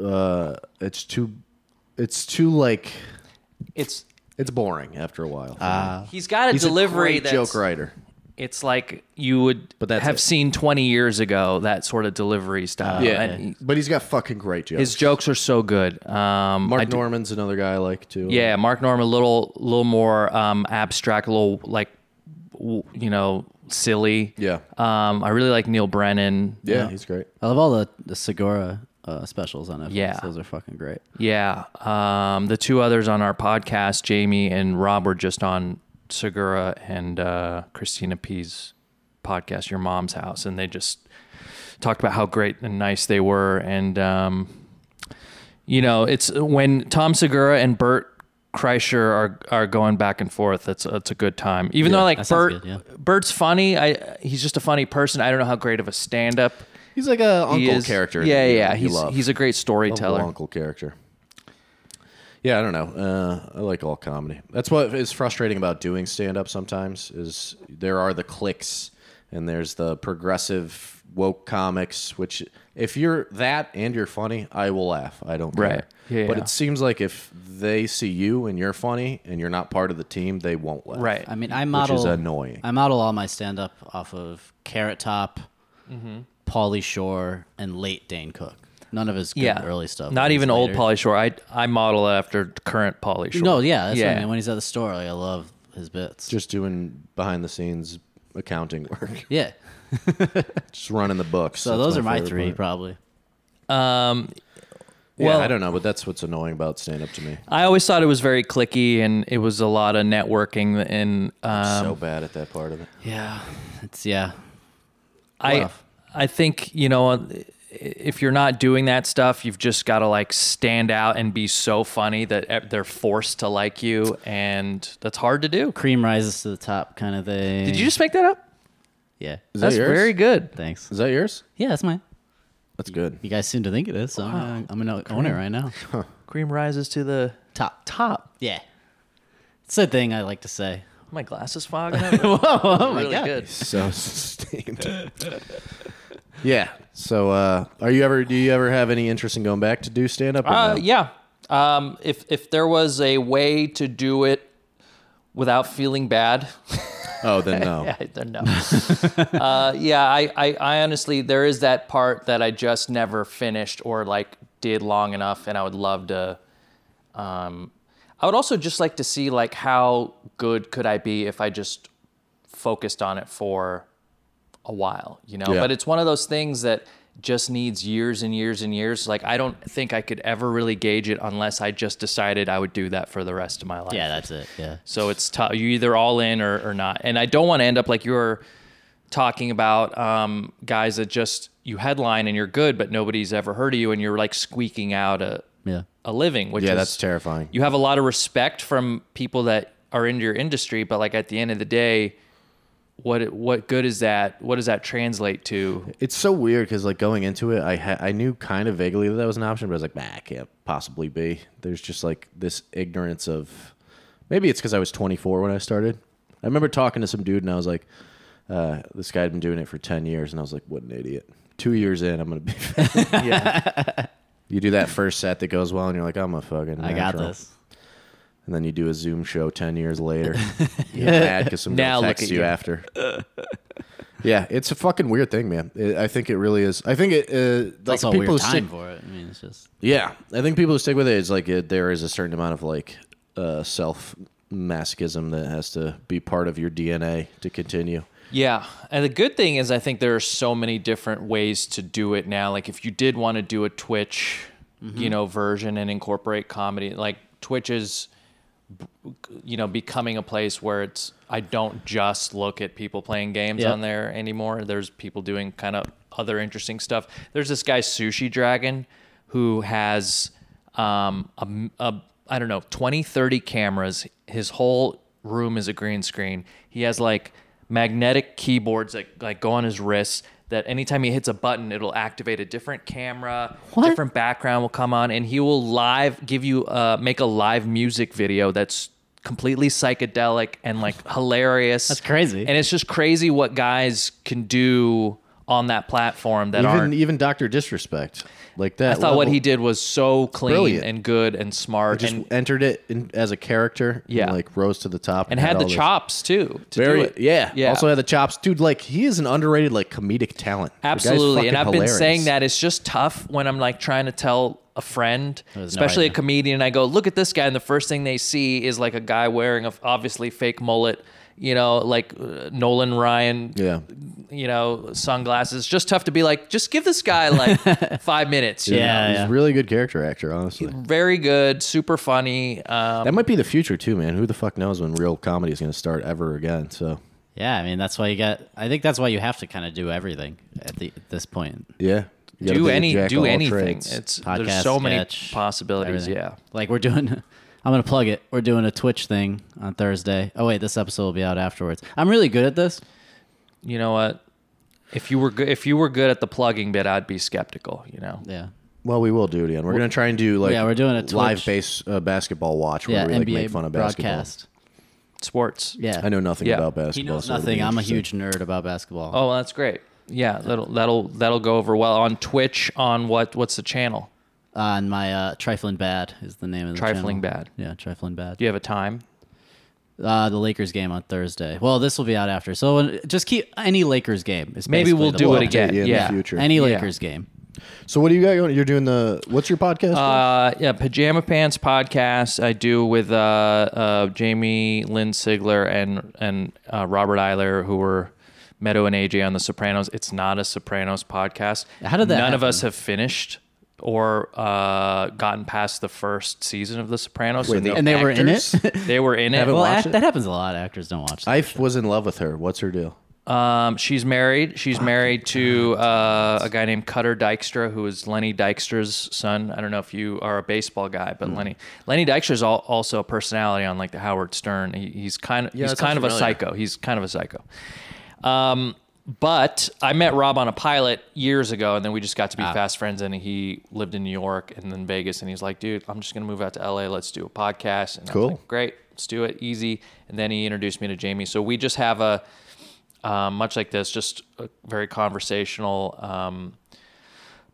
S3: uh, it's too It's too like
S5: It's
S3: it's boring after a while.
S5: he's got a
S3: He's
S5: delivery
S3: a great
S5: that's
S3: joke writer.
S5: it's like you would
S3: But that's
S5: have
S3: it.
S5: seen 20 years ago that sort of delivery style. And
S3: Uh, but he's got fucking great jokes.
S5: his jokes are so good. Um,
S3: Mark
S5: I do-
S3: Norman's another guy I like too.
S5: yeah, Mark Norman, a little, little more um, abstract, a little like, w- you know, silly.
S3: Yeah.
S5: Um, I really like Neil Brennan.
S3: yeah, he's great.
S4: I love all the, the Segura uh, specials on Netflix.
S5: Yeah.
S4: Those are fucking great.
S5: Yeah. Um, the two others on our podcast, Jamie and Rob, were just on Segura and uh, Christina P's podcast, Your Mom's House, and they just talked about how great and nice they were. And, um, you know, it's when Tom Segura and Bert Kreischer are, are going back and forth. That's it's a good time. Even though like
S4: that sounds
S5: Bert
S4: good, yeah.
S5: Bert's funny. I he's just a funny person. I don't know how great of a stand up
S3: He's like a uncle
S5: he is.
S3: character.
S5: Yeah,
S3: that you-
S5: yeah.
S3: you
S5: He's
S3: love.
S5: he's a great
S3: Lovable
S5: storyteller.
S3: uncle character. Yeah, I don't know. Uh, I like all comedy. That's what is frustrating about doing stand up sometimes is there are the cliques and there's the progressive woke comics which if you're that and you're funny, I will laugh. I don't care.
S5: Right. Yeah,
S3: but
S5: yeah.
S3: it seems like if they see you and you're funny and you're not part of the team, they won't laugh.
S5: Right.
S4: I mean, I
S3: Which
S4: model
S3: is annoying.
S4: I model all my stand up off of Carrot Top,
S5: Mm-hmm.
S4: Pauly Shore, and late Dane Cook. None of his good
S5: yeah,
S4: early stuff.
S5: Not
S4: His
S5: even old
S4: later-
S5: Polly Shore. I I model after current Polly Shore.
S4: No, yeah, that's yeah. What I
S5: Yeah.
S4: mean. When he's at the store, like, I love his bits.
S3: Just doing behind the scenes accounting work.
S4: yeah.
S3: Just running the books.
S4: So
S3: That's
S4: those are my
S3: favorite
S4: three,
S3: part.
S4: probably.
S5: Um,
S3: Yeah,
S5: well,
S3: I don't know, but that's what's annoying about stand up to me.
S5: I always thought it was very clicky, and it was a lot of networking. And um,
S3: so bad at that part of it.
S4: Yeah. It's, yeah.
S5: I
S4: rough.
S5: I think you know uh, if you're not doing that stuff, you've just got to like stand out and be so funny that e- they're forced to like you, and that's hard to do.
S4: Cream rises to the top kind of thing.
S5: Did you just make that up?
S4: Yeah.
S3: that
S5: That's
S3: yours?
S5: very good.
S4: Thanks.
S3: Is that yours?
S4: Yeah, that's mine.
S3: That's good.
S4: You guys seem to think it is. So I'm, I'm going to own it right now.
S5: Cream rises to the
S4: Top.
S5: top.
S4: Yeah. It's a thing I like to say.
S5: My glasses fogging up. Whoa, oh my really
S4: God.
S5: good.
S3: So sustained. yeah. So, uh, are you ever? Do you ever have any interest in going back to do stand up?
S5: Uh, yeah. Um, if if there was a way to do it without feeling bad,
S3: Oh, then no.
S5: I don't know. uh, yeah, I, I, I honestly there is that part that I just never finished or like did long enough, and I would love to. Um, I would also just like to see like how good could I be if I just focused on it for a while, you know.
S3: Yeah.
S5: But it's one of those things that just needs years and years and years. Like I don't think I could ever really gauge it unless I just decided I would do that for the rest of my life.
S4: Yeah, that's it. Yeah.
S5: So it's tough. You either all in or, or not. And I don't want to end up like you were talking about um, guys that just you headline and you're good, but nobody's ever heard of you, and you're like squeaking out a
S4: Yeah.
S5: a living. Which
S3: Yeah,
S5: is-
S3: that's terrifying.
S5: You have a lot of respect from people that are in your industry, but like at the end of the day, what what good is that? What does that translate to?
S3: It's so weird because like going into it, I ha- I knew kind of vaguely that that was an option, but I was like, bah, can't possibly be. There's just like this ignorance of, maybe it's because I was 24 when I started. I remember talking to some dude and I was like, uh, this guy had been doing it for 10 years, and I was like, what an idiot. Two years in, I'm gonna be. You do that first set that goes well, and you're like, I'm a fucking.
S4: I got
S3: natural.
S4: this.
S3: And then you do a Zoom show ten years later. You're mad because somebody
S5: Now look
S3: texts
S5: at
S3: you,
S5: you.
S3: after. yeah, it's a fucking weird thing, man. It, I think it really is. I think it. Uh, like
S4: It's also a
S3: people who
S4: weird
S3: stick-
S4: time for it. I mean, it's just.
S3: yeah, I think people who stick with it, it's like uh there is a certain amount of like uh, self masochism that has to be part of your DNA to continue.
S5: Yeah. And the good thing is, I think there are so many different ways to do it now. Like, if you did want to do a Twitch, you know, version and incorporate comedy, like, Twitch is, you know, becoming a place where it's, I don't just look at people playing games
S4: Yeah.
S5: on there anymore. There's people doing kind of other interesting stuff. There's this guy, Sushi Dragon, who has, um, a m- a- I don't know, 20, 30 cameras. His whole room is a green screen. He has like magnetic keyboards that like go on his wrists that anytime he hits a button, it'll activate a different camera, different background will come on, and he will live give you, uh, make a live music video that's completely psychedelic and like hilarious.
S4: That's crazy.
S5: And it's just crazy what guys can do on that platform that
S3: even
S5: aren't.
S3: even Doctor Disrespect like that.
S5: I thought what
S3: level
S5: he did was so clean
S3: Brilliant.
S5: and good and smart
S3: just
S5: and,
S3: entered it in, as a character. and,
S5: Yeah.
S3: like rose to the top
S5: and had the
S3: all this-
S5: chops too to
S3: Very
S5: do it.
S3: yeah.
S5: yeah.
S3: Also had the chops, dude. Like he is an underrated like comedic talent. The guy's
S5: Absolutely.
S3: fucking
S5: And I've
S3: hilarious.
S5: been saying that it's just tough when I'm like trying to tell a friend,
S4: no
S5: especially a
S4: idea.
S5: comedian, I go, look at this guy. And the first thing they see is like a guy wearing a f- obviously fake mullet, you know, like uh, Nolan Ryan,
S3: Yeah.
S5: you know, sunglasses. It's just tough to be like, just give this guy like five minutes. you know?
S4: Yeah,
S3: He's
S4: yeah.
S3: a really good character actor, honestly.
S5: Very good, super funny. Um,
S3: That might be the future too, man. Who the fuck knows when real comedy is going to start ever again? So
S4: Yeah, I mean that's why you got. I think that's why you have to kind of do everything at the at this point.
S3: yeah, You gotta
S5: do
S3: be a
S5: any,
S3: jack of
S5: do
S3: all
S5: anything.
S3: trades.
S5: It's
S4: Podcast,
S5: there's so many
S4: sketch,
S5: possibilities.
S4: everything.
S5: Yeah.
S4: like we're doing. I'm gonna plug it. We're doing a Twitch thing on Thursday. Oh wait, this episode will be out afterwards. I'm really good at this.
S5: You know what? If you were good, if you were good at the plugging bit, I'd be skeptical, you know?
S4: Yeah,
S3: well, we will do it again. We're going to try and do like
S4: Yeah, we're doing a Twitch-
S3: live base uh, basketball watch where
S4: yeah.
S3: we
S4: NBA
S3: like make fun of basketball.
S4: broadcast.
S5: Sports.
S4: Yeah,
S3: I know nothing
S5: Yeah.
S3: about basketball.
S4: He knows
S3: so it'll be
S4: nothing. I'm a
S3: interesting.
S4: huge nerd about basketball.
S5: Oh, well, that's great. Yeah, that'll that'll that'll go over well on Twitch. On what what's the channel?
S4: on my uh, trifling bad is the name of the
S5: Trifling
S4: channel.
S5: Bad.
S4: Yeah, trifling bad.
S5: Do you have a time?
S4: Uh, the Lakers game on Thursday. Well, this will be out after. So uh, just keep any Lakers game. is
S5: Maybe
S4: basically
S5: we'll
S4: the
S5: do
S4: plug.
S5: it again.
S3: you in the
S5: Yeah.
S3: future.
S4: Any
S5: Yeah.
S4: Lakers game.
S3: So what do you got going? You're doing the what's your podcast?
S5: Uh, yeah, Pajama Pants podcast I do with uh, uh, Jamie Lynn Sigler and and uh, Robert Eiler, who were Meadow and AJ on The Sopranos. It's not a Sopranos podcast.
S4: How did that
S5: None of
S4: happen?
S5: us have finished or uh, gotten past the first season of The Sopranos.
S3: Wait,
S5: and, the
S3: and
S4: they were in it?
S5: actors- They were in it.
S3: Haven't
S4: Well,
S3: watched
S4: act-
S3: it?
S4: that happens a lot. Actors don't watch.
S3: I was in love with her. What's her deal?
S5: Um, she's married. She's married to uh, a guy named Cutter Dykstra, who is Lenny Dykstra's son. I don't know if you are a baseball guy,
S3: Hmm.
S5: but Lenny Lenny Dykstra's al- also a personality on like the Howard Stern. He, he's kind of he's
S3: that
S5: kind of
S3: sounds familiar.
S5: a psycho. He's kind of a psycho. Um, but I met Rob on a pilot years ago, and then we just got to be
S3: Ah.
S5: fast friends. And he lived in New York and then Vegas, and he's like, "Dude, I'm just gonna move out to LA. Let's do a podcast." And I was
S3: Cool.
S5: like, Great, let's do it. Easy. And then he introduced me to Jamie. So we just have a um, much like this, just a very conversational um,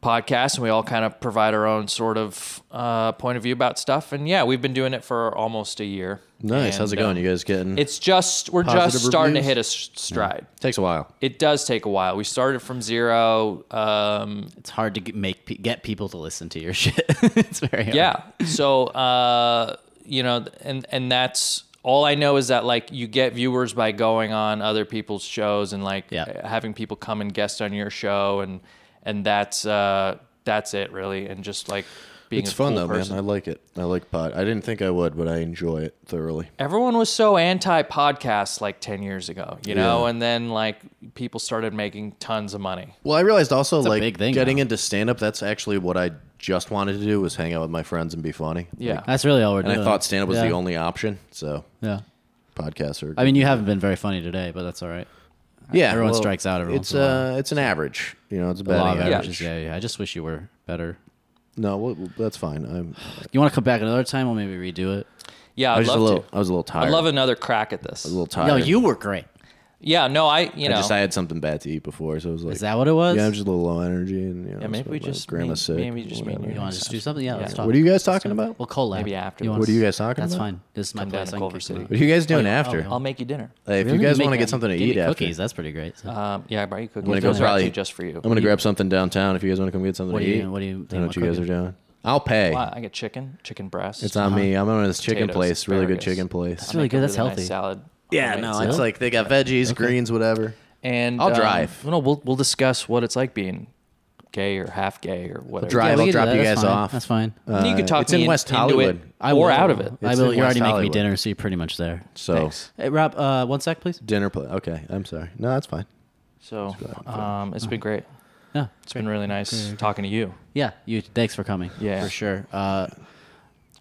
S5: podcast, and we all kind of provide our own sort of uh, point of view about stuff. And yeah, we've been doing it for almost a year.
S3: Nice. How's it
S5: And,
S3: going?
S5: um,
S3: You guys getting? It
S5: It's just we're
S3: Positive
S5: just starting
S3: reviews?
S5: to hit a s- stride.
S3: takes a while.
S5: It does take a while. We started from zero. Um,
S4: It's hard to get, make pe- get people to listen to your shit. it's very hard.
S5: yeah. So uh, you know, and and that's all I know is that like you get viewers by going on other people's shows and like uh,
S4: Yeah.
S5: having people come and guest on your show and and that's uh, that's it really and just like being
S3: It's
S5: a
S3: fun
S5: cool
S3: though,
S5: person.
S3: man. I like it. I like pod. I didn't think I would, but I enjoy it thoroughly.
S5: everyone was so anti podcast like 10 years ago you know and then like people started making tons of money
S3: Well, I realized
S4: a
S3: also like
S4: big thing
S3: getting
S4: now.
S3: into stand up. That's actually what I just wanted to do was hang out with my friends and be funny.
S5: yeah
S3: Like,
S4: That's really all we're
S3: and
S4: doing.
S3: I thought stand up was
S4: Yeah.
S3: the only option. So
S4: Yeah.
S3: podcasts are.
S4: I mean, you haven't been very funny today, but that's all right.
S3: yeah,
S4: everyone strikes out every
S3: It's
S4: once in a
S3: uh, it's an average. You know, it's a
S4: A lot
S3: bad
S4: of
S3: average.
S4: averages. Yeah, yeah. I just wish you were better.
S3: No, well, well, that's fine. I'm.
S4: You want to come back another time? We'll maybe redo it.
S5: yeah
S3: I
S5: i'd
S3: was just
S5: love
S3: a little.
S5: to
S3: I was a little tired.
S5: i'd love another crack at this
S3: A little tired.
S4: No, you were great.
S5: yeah no i you
S3: I
S5: know
S3: just I had something bad to eat before, so I was like,
S4: Is that what it was?
S3: Yeah, I'm just a little low energy, and you know,
S5: yeah,
S3: that's
S5: maybe
S3: what
S5: we
S3: my
S5: just
S3: grandma's sick.
S5: maybe, maybe just me and you
S4: you want to just do something? Yeah, let's talk.
S3: What are you guys talking about?
S4: We'll collab.
S5: Maybe after.
S4: You wanna-
S3: What are you guys talking
S4: That's
S3: about?
S4: fine. This is my
S5: Come down
S4: place. I
S5: to
S4: can
S5: Culver
S4: kick
S5: City.
S4: mine.
S3: What are you guys doing after?
S5: I'll make you dinner.
S3: Hey,
S4: oh,
S3: if
S4: Really?
S3: you guys
S4: Make
S3: want to
S4: me-
S3: get something to
S4: give
S3: eat
S4: me
S3: after,
S4: cookies. That's pretty great. So
S5: Um, yeah, I brought you cookies.
S3: I'm gonna go
S5: Those are actually
S3: probably
S5: just for you.
S3: I'm gonna grab something downtown. If you guys want to come get something
S4: What
S3: to
S4: do you-
S3: eat,
S4: what do you think
S3: I know what you
S4: we're
S3: guys are doing. I'll pay.
S5: Wow, I get chicken, chicken breast.
S3: It's
S4: Uh-huh.
S3: on me. I'm going to this chicken
S5: Potatoes,
S3: place. Really good
S5: asparagus.
S3: chicken place.
S4: That's really good. That's healthy.
S5: Nice salad.
S3: Yeah,
S5: Okay,
S3: no,
S5: so-
S3: it's like they got veggies, greens, whatever.
S5: and
S3: I'll
S5: um,
S3: drive.
S5: No, we'll we'll discuss what it's like being gay or half gay or whatever.
S4: Yeah,
S3: drive.
S4: we
S3: I'll
S4: can do
S3: drop
S4: that.
S3: you
S4: That's
S3: guys
S4: fine.
S3: off.
S4: That's fine.
S5: And you
S3: Uh,
S5: could talk
S3: it's
S5: me
S3: in West
S5: into
S3: Hollywood.
S5: it or
S4: will.
S5: out of it.
S4: I
S3: It's
S4: will.
S3: in
S4: You already
S3: West
S4: make me
S3: Hollywood.
S4: dinner, so you're pretty much there.
S3: So
S4: Hey, Rob, uh, one sec, please.
S3: dinner plate. Okay, I'm sorry. No, that's fine.
S5: So um, it's been great.
S4: Yeah,
S5: It's been really nice talking to you.
S4: yeah. You. Thanks for coming.
S5: Yeah.
S4: for sure. Uh,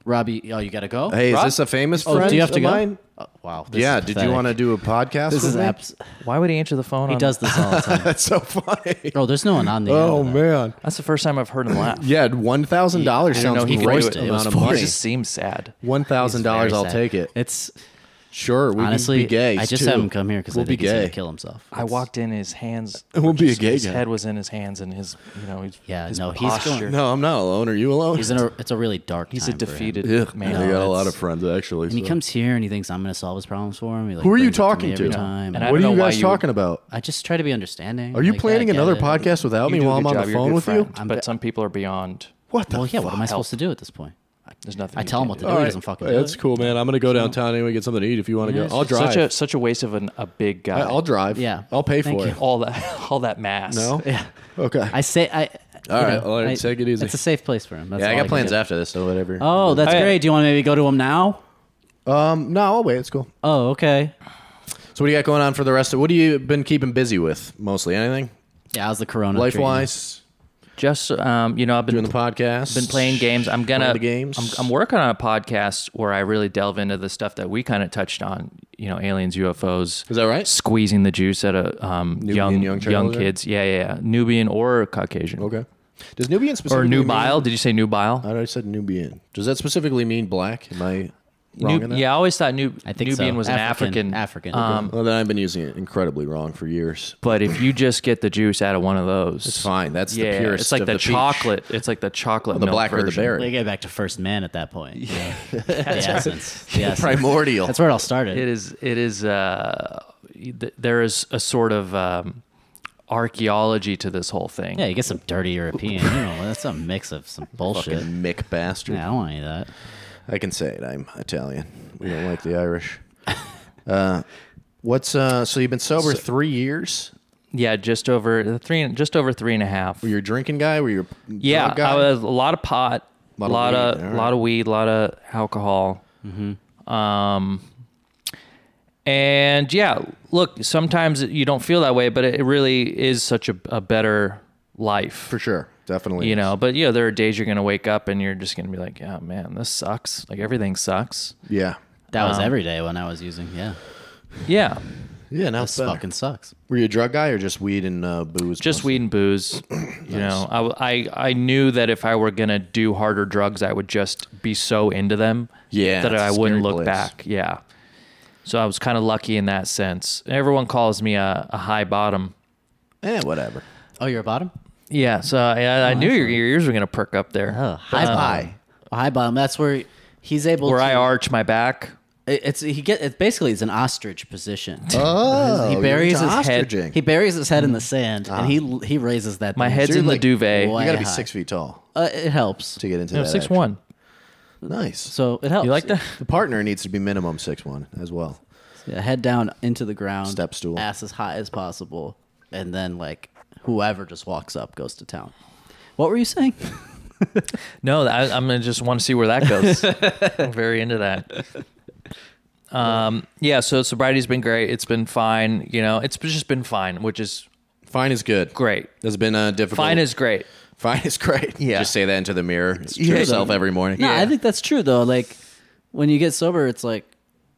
S4: Robbie, oh, you gotta go.
S3: Hey, is
S5: Rob?
S3: this a famous
S4: oh,
S3: friend?
S4: do you have to
S3: of
S4: go?
S3: mine?
S4: Oh, wow. this
S3: Yeah.
S4: is
S3: Did you
S4: pathetic.
S3: want to do a podcast?
S4: This
S3: with
S4: is
S3: me?
S4: abs.
S5: Why would he answer the phone?
S4: He
S5: on-
S4: does this all the time.
S3: That's so funny.
S4: Oh, there's no one on the. air
S3: Oh
S4: with that.
S3: man.
S5: That's the first time I've heard him laugh.
S3: Yeah, one thousand dollars
S5: I don't
S3: sounds
S5: know. He
S3: great.
S5: could do it.
S3: Amount of
S5: He
S3: money.
S5: just seems sad.
S3: One thousand
S4: It's very
S3: dollars, I'll
S4: sad.
S3: take it.
S4: It's
S3: Sure, we
S4: Honestly,
S3: be gays.
S4: I just
S3: too.
S4: have him come here because
S3: we'll
S4: I think
S3: be
S4: he's
S3: gay.
S4: gonna kill himself.
S5: I walked in his hands.
S3: It won't be a
S5: just-
S3: gay
S5: His
S3: guy.
S5: head was in his hands, and his you know his
S4: Yeah,
S5: his
S4: no, he's going-
S5: posture.
S3: No, I'm not alone. Are you alone?
S4: He's in a. It's a really dark.
S5: He's a
S4: time for him.
S5: defeated
S3: Yeah,
S5: man.
S3: I got a lot
S5: That's-
S3: of friends actually.
S4: And he
S3: so.
S4: comes here and he thinks I'm gonna solve his problems for him. He, like,
S3: Who are you
S4: brings it to me
S3: talking to?
S4: Every time.
S5: And
S4: I,
S5: I
S3: what are
S5: don't
S3: you
S5: know why
S3: guys
S5: you would-
S3: talking about?
S4: just try to be understanding.
S3: Are
S4: Like, yeah,
S3: you
S4: I
S3: planning
S4: get
S3: another
S4: it.
S3: podcast without
S5: You
S3: me
S5: do a
S3: while
S5: good
S3: I'm on
S5: job,
S3: the
S5: you're a
S3: phone
S5: good
S3: with you?
S5: friend, But some people are beyond.
S3: What the?
S4: Well, yeah. What am I
S5: Help.
S4: supposed to do at this point?
S5: There's nothing.
S4: I
S5: you
S4: tell
S5: can
S4: him what
S5: do.
S4: to do. He doesn't fucking.
S3: Hey,
S4: do
S3: that's
S4: it.
S3: cool, man. I'm gonna go downtown anyway, get something to eat. If you want to go, I'll drive.
S5: Such a such a waste of an, a big guy.
S3: I, I'll drive.
S4: Yeah.
S3: I'll pay
S4: Thank
S3: for
S4: you.
S3: it.
S5: all that all that mass.
S3: No.
S4: Yeah.
S3: Okay.
S4: I say I.
S3: All
S4: you
S3: right, all right,
S4: I-
S3: take it easy.
S4: It's a safe place for him. That's all can do.
S3: after this, so whatever.
S4: Oh, that's
S5: yeah.
S4: great. Do you want to maybe go to him now?
S3: um, no, I'll wait. It's cool.
S4: Oh, okay.
S3: So, what do you got going on for the rest of? What do you been keeping busy with? Mostly anything
S4: Yeah, how's the corona?
S3: life
S4: treating you?
S3: wise,
S5: Just um, you know, I've
S3: doing
S5: been
S3: the podcast,
S5: been playing games. I'm gonna
S3: the games.
S5: I'm, I'm working on a podcast where I really delve into the stuff that we kind of touched on. You know, aliens, UFOs.
S3: Is that right?
S5: Squeezing the juice out of um, young
S3: Nubian young
S5: young,
S3: child there?
S5: kids. Yeah, yeah, yeah, Nubian or Caucasian
S3: Okay. Does Nubian
S5: or
S3: specifically
S5: nubile.
S3: Mean,
S5: Did you say nubile?
S3: I said Nubian. Does that specifically mean black? Am I wrong
S5: Nu-
S3: in that?
S5: yeah, I always thought nu-
S4: I think
S5: Nubian
S4: so.
S5: was
S4: African-
S5: an African.
S4: African.
S5: Um,
S3: Well, then I've been using it incredibly wrong for years.
S5: but if you just get the juice out of one of those,
S3: It's fine. That's
S5: yeah,
S3: the purest.
S5: it's like
S3: of
S5: the,
S3: the peach.
S5: chocolate. It's like the chocolate.
S3: the
S5: milk
S3: blacker the
S5: version.
S3: berry.
S4: We get back to first man at that point. Yeah. the essence. The essence.
S3: Primordial.
S4: That's where it all started.
S5: It is. It is. Uh, th- there is a sort of um, archaeology to this whole thing.
S4: yeah, you get some dirty European. You know, that's a mix of some bullshit.
S3: Fucking Mick bastard.
S4: Yeah, I don't want any of that.
S3: I can say it. I'm Italian. We don't like the Irish. Uh, what's uh? So you've been sober three years.
S5: Yeah, just over three. Just over three and a half.
S3: You're a drinking guy. Were you? A
S5: yeah,
S3: drug guy?
S5: I was a lot of pot, a
S3: Lot of
S5: lot of
S3: weed,
S5: lot
S3: all
S5: of,
S3: right. Mm-hmm.
S5: weed, a lot of alcohol. Um, and yeah, look, sometimes you don't feel that way, but it it really is such a, a better life
S3: for sure. Definitely.
S5: you know but you know there are days you're gonna wake up and you're just gonna be like oh man this sucks like everything sucks
S3: Yeah.
S4: That was every day when I was using. Yeah,
S5: yeah
S3: Yeah. Now
S4: this
S3: it's better.
S4: fucking sucks.
S3: Were you a drug guy or just weed and uh, booze?
S5: just weed and booze you know I, w- I- I knew that if i were gonna do harder drugs i would just be so into them
S3: Yeah,
S5: that
S3: it's
S5: i
S3: a
S5: wouldn't
S3: scary
S5: look
S3: place.
S5: back yeah so i was kind of lucky in that sense everyone calls me a, a high bottom
S3: Eh, whatever.
S4: Oh, you're a bottom.
S5: yeah so i, I, I knew your, your ears were gonna perk up there
S4: Oh, high bottom. High bottom. That's where he's able.
S5: where
S4: to,
S5: i arch my back
S4: It- It's he get. It's basically it's an ostrich position.
S3: Oh,
S4: he buries his
S3: you're Mm. Ah. into
S4: head.
S3: ostriching.
S4: He buries his head in the sand, and he he raises that.
S5: my
S4: thing
S5: head's
S3: you're
S5: in
S3: like-
S5: the duvet
S4: Why
S3: you got to be
S4: high.
S3: six feet tall
S4: Uh, it helps.
S3: to get into
S5: No,
S3: that.
S5: six
S3: action.
S5: one
S3: Nice.
S4: So it helps.
S5: you like that
S3: the partner needs to be minimum six one as well.
S4: Yeah, head down into the ground.
S3: Step stool.
S4: Ass as high as possible, and then like whoever just walks up goes to town. What were you saying?
S5: No, I, I'm gonna just want to see where that goes. I'm very into that. Um, yeah, so sobriety's been great. It's been fine. You know, it's just been fine, which is
S3: Fine is good.
S5: great.
S3: Has been uh, difficult.
S5: Fine is great.
S3: fine is great. Yeah. Just say that into the mirror to yourself every morning.
S4: No, I think that's true though. Like when you get sober, it's like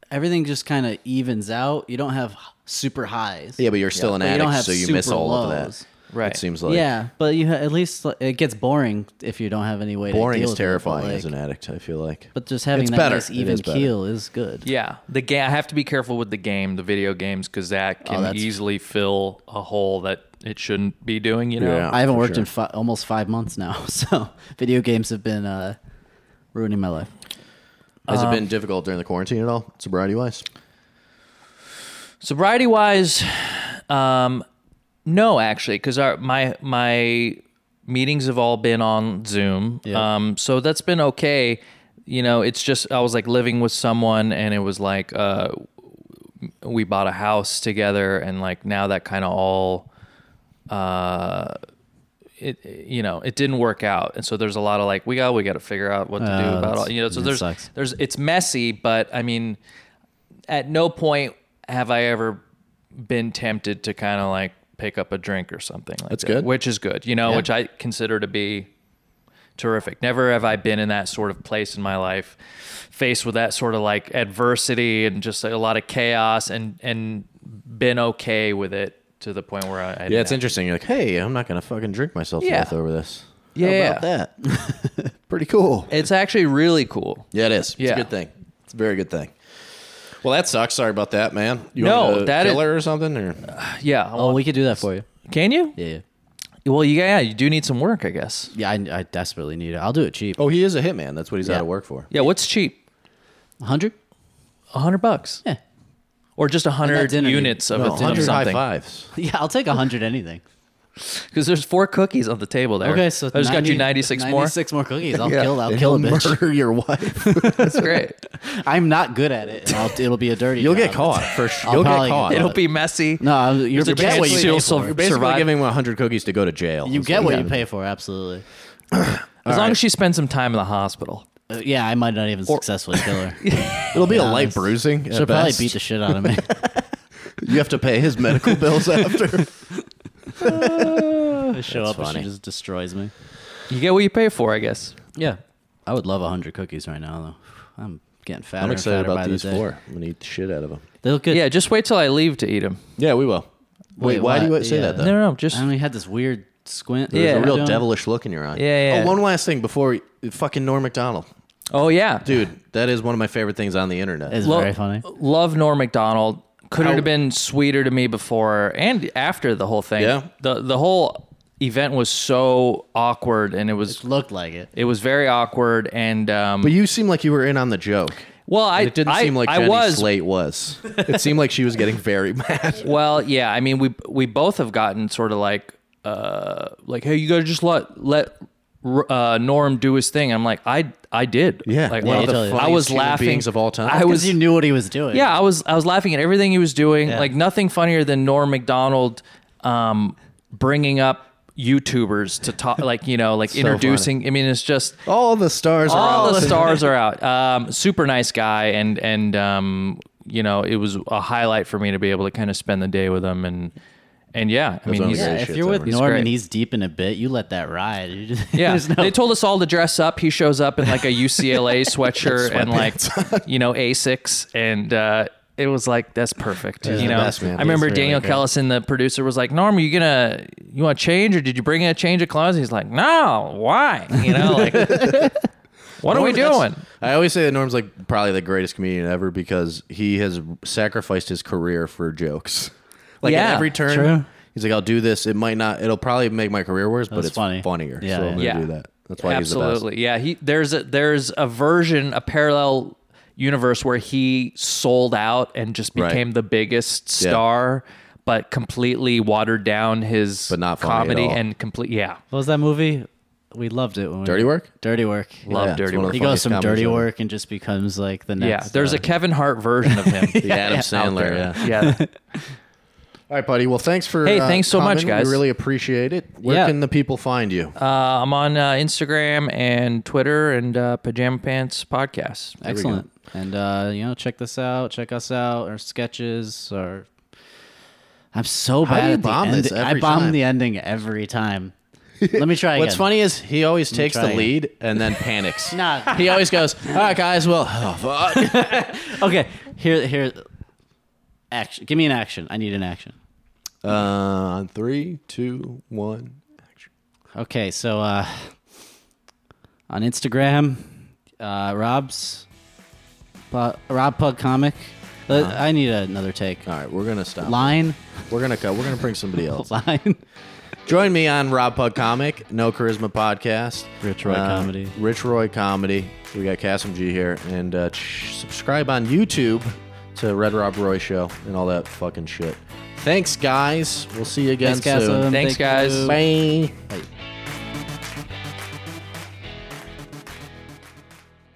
S4: everything just kind of evens out. You don't have h- super highs.
S3: Yeah, but you're still an
S4: But you
S3: addict,
S4: don't have
S3: so you miss
S4: super
S3: all of
S4: lows.
S3: that.
S5: Right.
S3: It seems like
S4: yeah, but you ha- at least like, it gets boring if you don't have any way. to
S3: boring
S4: deal
S3: is
S4: with it, but,
S3: terrifying as
S4: like-
S3: an addict. I feel like.
S4: But just having
S3: It's
S4: that
S3: better.
S4: nice
S3: It
S4: even
S3: is better.
S4: keel is good.
S5: Yeah, the game. I have to be careful with the game, the video games, because that can
S4: that's-
S5: easily fill a hole that it shouldn't be doing. You know.
S3: Yeah.
S4: I haven't
S3: for
S4: worked
S3: sure.
S4: in fi- almost five months now, so video games have been uh, ruining my life.
S3: Has
S4: Uh-huh.
S3: it been difficult during the quarantine at all, sobriety wise?
S5: sobriety wise um no actually because our my my meetings have all been on zoom um so that's been okay you know it's just i was like living with someone and it was like uh we bought a house together and like now that kind of all uh it you know it didn't work out and so there's a lot of like we got we got to figure out what to do about
S4: that's-
S5: all you know so
S4: that
S5: there's
S4: sucks.
S5: there's it's messy but i mean at no point have I ever been tempted to kind of like pick up a drink or something like
S3: That's
S5: that,
S3: good.
S5: which is good, you know, which I consider to be terrific. Never have I been in that sort of place in my life, faced with that sort of like adversity and just like a lot of chaos, and and been okay with it to the point where I, I
S3: Yeah, it's interesting. You're like, hey, I'm not gonna fucking drink myself
S5: Yeah.
S3: to death over this.
S5: yeah,
S3: How about that? Pretty cool.
S5: it's actually really cool.
S3: Yeah, it is. It's
S5: Yeah.
S3: a good thing. It's a very good thing. Well, that sucks. Sorry about that, man. You
S5: No,
S3: want to
S5: that is-
S3: kill her or something? Or
S5: Yeah. I
S4: Oh,
S5: want-
S4: we could do that for you.
S5: can you?
S4: Yeah,
S5: Well, yeah, yeah, you do need some work, I guess.
S4: yeah. I, I desperately need it. I'll do it cheap.
S3: oh, he is a hitman. That's what he's
S4: Yeah.
S3: out of work for.
S5: Yeah, what's cheap?
S4: hundred?
S5: A hundred bucks.
S4: Yeah,
S5: Or just a hundred
S4: dinner
S5: units of,
S3: Well,
S5: a, of
S3: 100 high
S5: something.
S3: fives.
S4: yeah. I'll take a hundred anything.
S5: Because there's four cookies on the table there.
S4: Okay, so
S5: I just got you 96 more.
S4: Ninety-six more cookies. I'll
S3: Yeah.
S4: kill. I'll
S3: And
S4: kill a
S3: he'll
S4: bitch.
S3: Murder your wife.
S5: That's great.
S4: I'm not good at it. and I'll, it'll be a dirty.
S3: You'll get
S4: job.
S3: caught for
S4: I'll
S3: sure. You'll
S4: probably
S3: get
S4: get
S3: caught.
S4: caught.
S5: It'll be messy.
S4: No, you're
S5: There's a
S4: get
S5: chance
S4: what you
S5: she'll
S4: pay
S5: still-
S4: for.
S3: You're basically
S5: Survive.
S3: giving him 100 cookies to go to jail.
S4: You
S3: That's
S4: get what
S3: got
S4: you
S3: to
S4: pay for. Absolutely.
S5: as long as she spends some time in the hospital.
S4: Uh, yeah, I might not even successfully kill her.
S3: do. It'll be a light
S4: honest.
S3: bruising. at
S4: She'll probably
S3: best.
S4: beat the shit out of me.
S3: You have to pay his medical bills after.
S4: I show up and
S3: funny.
S4: she just destroys me.
S5: You get what you pay for, I guess.
S4: Yeah, I would love hundred cookies right now though. I'm getting fatter.
S3: I'm
S4: and
S3: excited
S4: fatter
S3: about
S4: by the
S3: these
S4: day.
S3: four. I'm gonna eat the shit out of them.
S4: They look good.
S5: Yeah, just wait till I leave to eat them.
S3: Yeah, we will. Wait,
S4: Wait,
S3: why do
S4: what?
S3: you say
S4: Yeah.
S3: that though?
S5: No, no, no, just
S4: I only had this weird squint.
S3: There's
S5: Yeah.
S3: a real
S4: Doing-
S3: devilish look in your eye.
S5: Yeah, yeah.
S3: Oh, one last thing before we, fucking Norm Macdonald,
S5: oh yeah,
S3: dude. That is one of my favorite things on the internet.
S4: It's
S5: Lo-
S4: very funny.
S5: Love Norm Macdonald. Couldn't
S3: How-
S5: have been sweeter to me before and after the whole thing.
S3: Yeah.
S5: the the whole event was so awkward, and it was
S4: Looked like it.
S5: it was very awkward. And um,
S3: but you seem like you were in on the joke.
S5: well, I
S3: And it didn't
S5: I-
S3: seem like
S5: I
S3: Jenny
S5: was
S3: Slate was. It seemed like she was getting very mad.
S5: Well, yeah. I mean, we we both have gotten sort of like, uh, like, hey, you gotta just let let uh, Norm do his thing. I'm like, I I did.
S3: Yeah.
S5: like
S3: Yeah,
S5: one
S4: I
S5: of the
S4: tell you.
S5: I
S3: Funniest
S5: was
S3: human
S5: laughing
S3: beings of all time.
S5: I was
S4: Because you knew what he was doing.
S5: yeah, I was I was laughing at everything he was doing. Like nothing funnier than Norm Macdonald um, bringing up YouTubers to talk, like you know, like introducing. I mean, it's just
S3: All the stars are
S5: all
S3: out.
S5: the stars are out. Um, super nice guy, and and um, you know, it was a highlight for me to be able to kind of spend the day with him, and and yeah, I mean,
S3: one of
S5: he's,
S3: the
S4: Yeah,
S3: greatest
S5: yeah,
S4: if
S3: shit's
S4: you're with
S3: ever. He's
S4: Norm
S5: great.
S4: and he's deep in a bit, you let that ride. You just- there's no-
S5: they told us all to dress up. He shows up in like a UCLA sweatshirt and like you know Asics, and uh, it was like that's perfect. you know,
S3: best, man.
S5: I remember
S4: He's really
S5: Daniel
S4: great.
S5: Kellison, the producer, was like, "Norm, are you gonna you want to change or did you bring in a change of clothes?" He's like, "No, why? You know, like what are we doing?"
S3: I always say that Norm's like probably the greatest comedian ever because he has sacrificed his career for jokes. Like
S5: Yeah,
S3: at every turn,
S4: true.
S3: he's like, "I'll do this. It might not. It'll probably make my career worse, but
S4: That's
S3: it's
S4: funny.
S3: funnier.
S4: Yeah,
S3: so I'm gonna
S5: yeah.
S3: do that. That's why he's the best."
S5: Absolutely, yeah. He there's a there's a version, a parallel universe where he sold out and just
S3: Right.
S5: became the biggest
S3: Yeah.
S5: star, but completely watered down his
S3: But not funny at
S5: comedy
S3: all.
S5: and complete. Yeah,
S4: What was that movie? We loved it when we
S3: Dirty Work?
S4: Dirty work.
S5: Love
S3: it's
S5: Dirty
S3: one of
S5: Work.
S4: He
S3: the
S4: goes
S3: funniest
S4: from
S3: comedies
S4: dirty
S3: ever.
S4: work and just becomes like the
S5: yeah.
S4: next.
S5: There's
S4: uh,
S5: a Kevin Hart version of him.
S3: The Adam
S5: out
S3: Sandler.
S5: there.
S3: Yeah.
S5: yeah.
S3: All right, buddy. Well, thanks for
S5: Hey,
S3: uh,
S5: thanks so much,
S3: coming.
S5: guys.
S3: We really appreciate it. Where
S5: Yeah.
S3: can the people find you?
S5: Uh, I'm on uh, Instagram and Twitter and uh, Pajama Pants Podcast.
S4: Excellent. And uh, you know, check this out. Check us out. Our sketches. Our I'm so
S3: How do
S4: bad
S3: you
S4: at the
S3: bomb this
S4: ending. I
S3: every
S4: bomb
S3: time?
S4: the ending every time. Let me try
S3: What's
S4: again.
S3: funny is he always takes
S4: try
S3: the
S4: again.
S3: lead and then panics.
S4: Nah.
S3: He always goes, "All right, guys. Well, oh, fuck."
S4: Okay. Here, here. Action. Give me an action. I need an action.
S3: uh, three, two, one.
S4: Okay. So uh, on Instagram, uh, Rob's Pu- Rob Pug Comic. Uh,
S3: Uh-huh.
S4: I need another take.
S3: All right, we're gonna stop.
S4: Line,
S3: We're gonna go. We're gonna bring somebody else.
S4: line.
S3: Join me on Rob Pug Comic, No Charisma Podcast, Uh,
S4: Rich Roy Comedy.
S3: Rich Roy Comedy. We got Casim G here, and uh, ch- subscribe on YouTube to Red Rob Roy Show and all that fucking shit. Thanks, guys. We'll see you again
S4: Thanks, Cassim.
S3: soon.
S5: Thanks,
S4: Thank
S5: guys.
S4: you.
S3: Bye.
S4: Bye.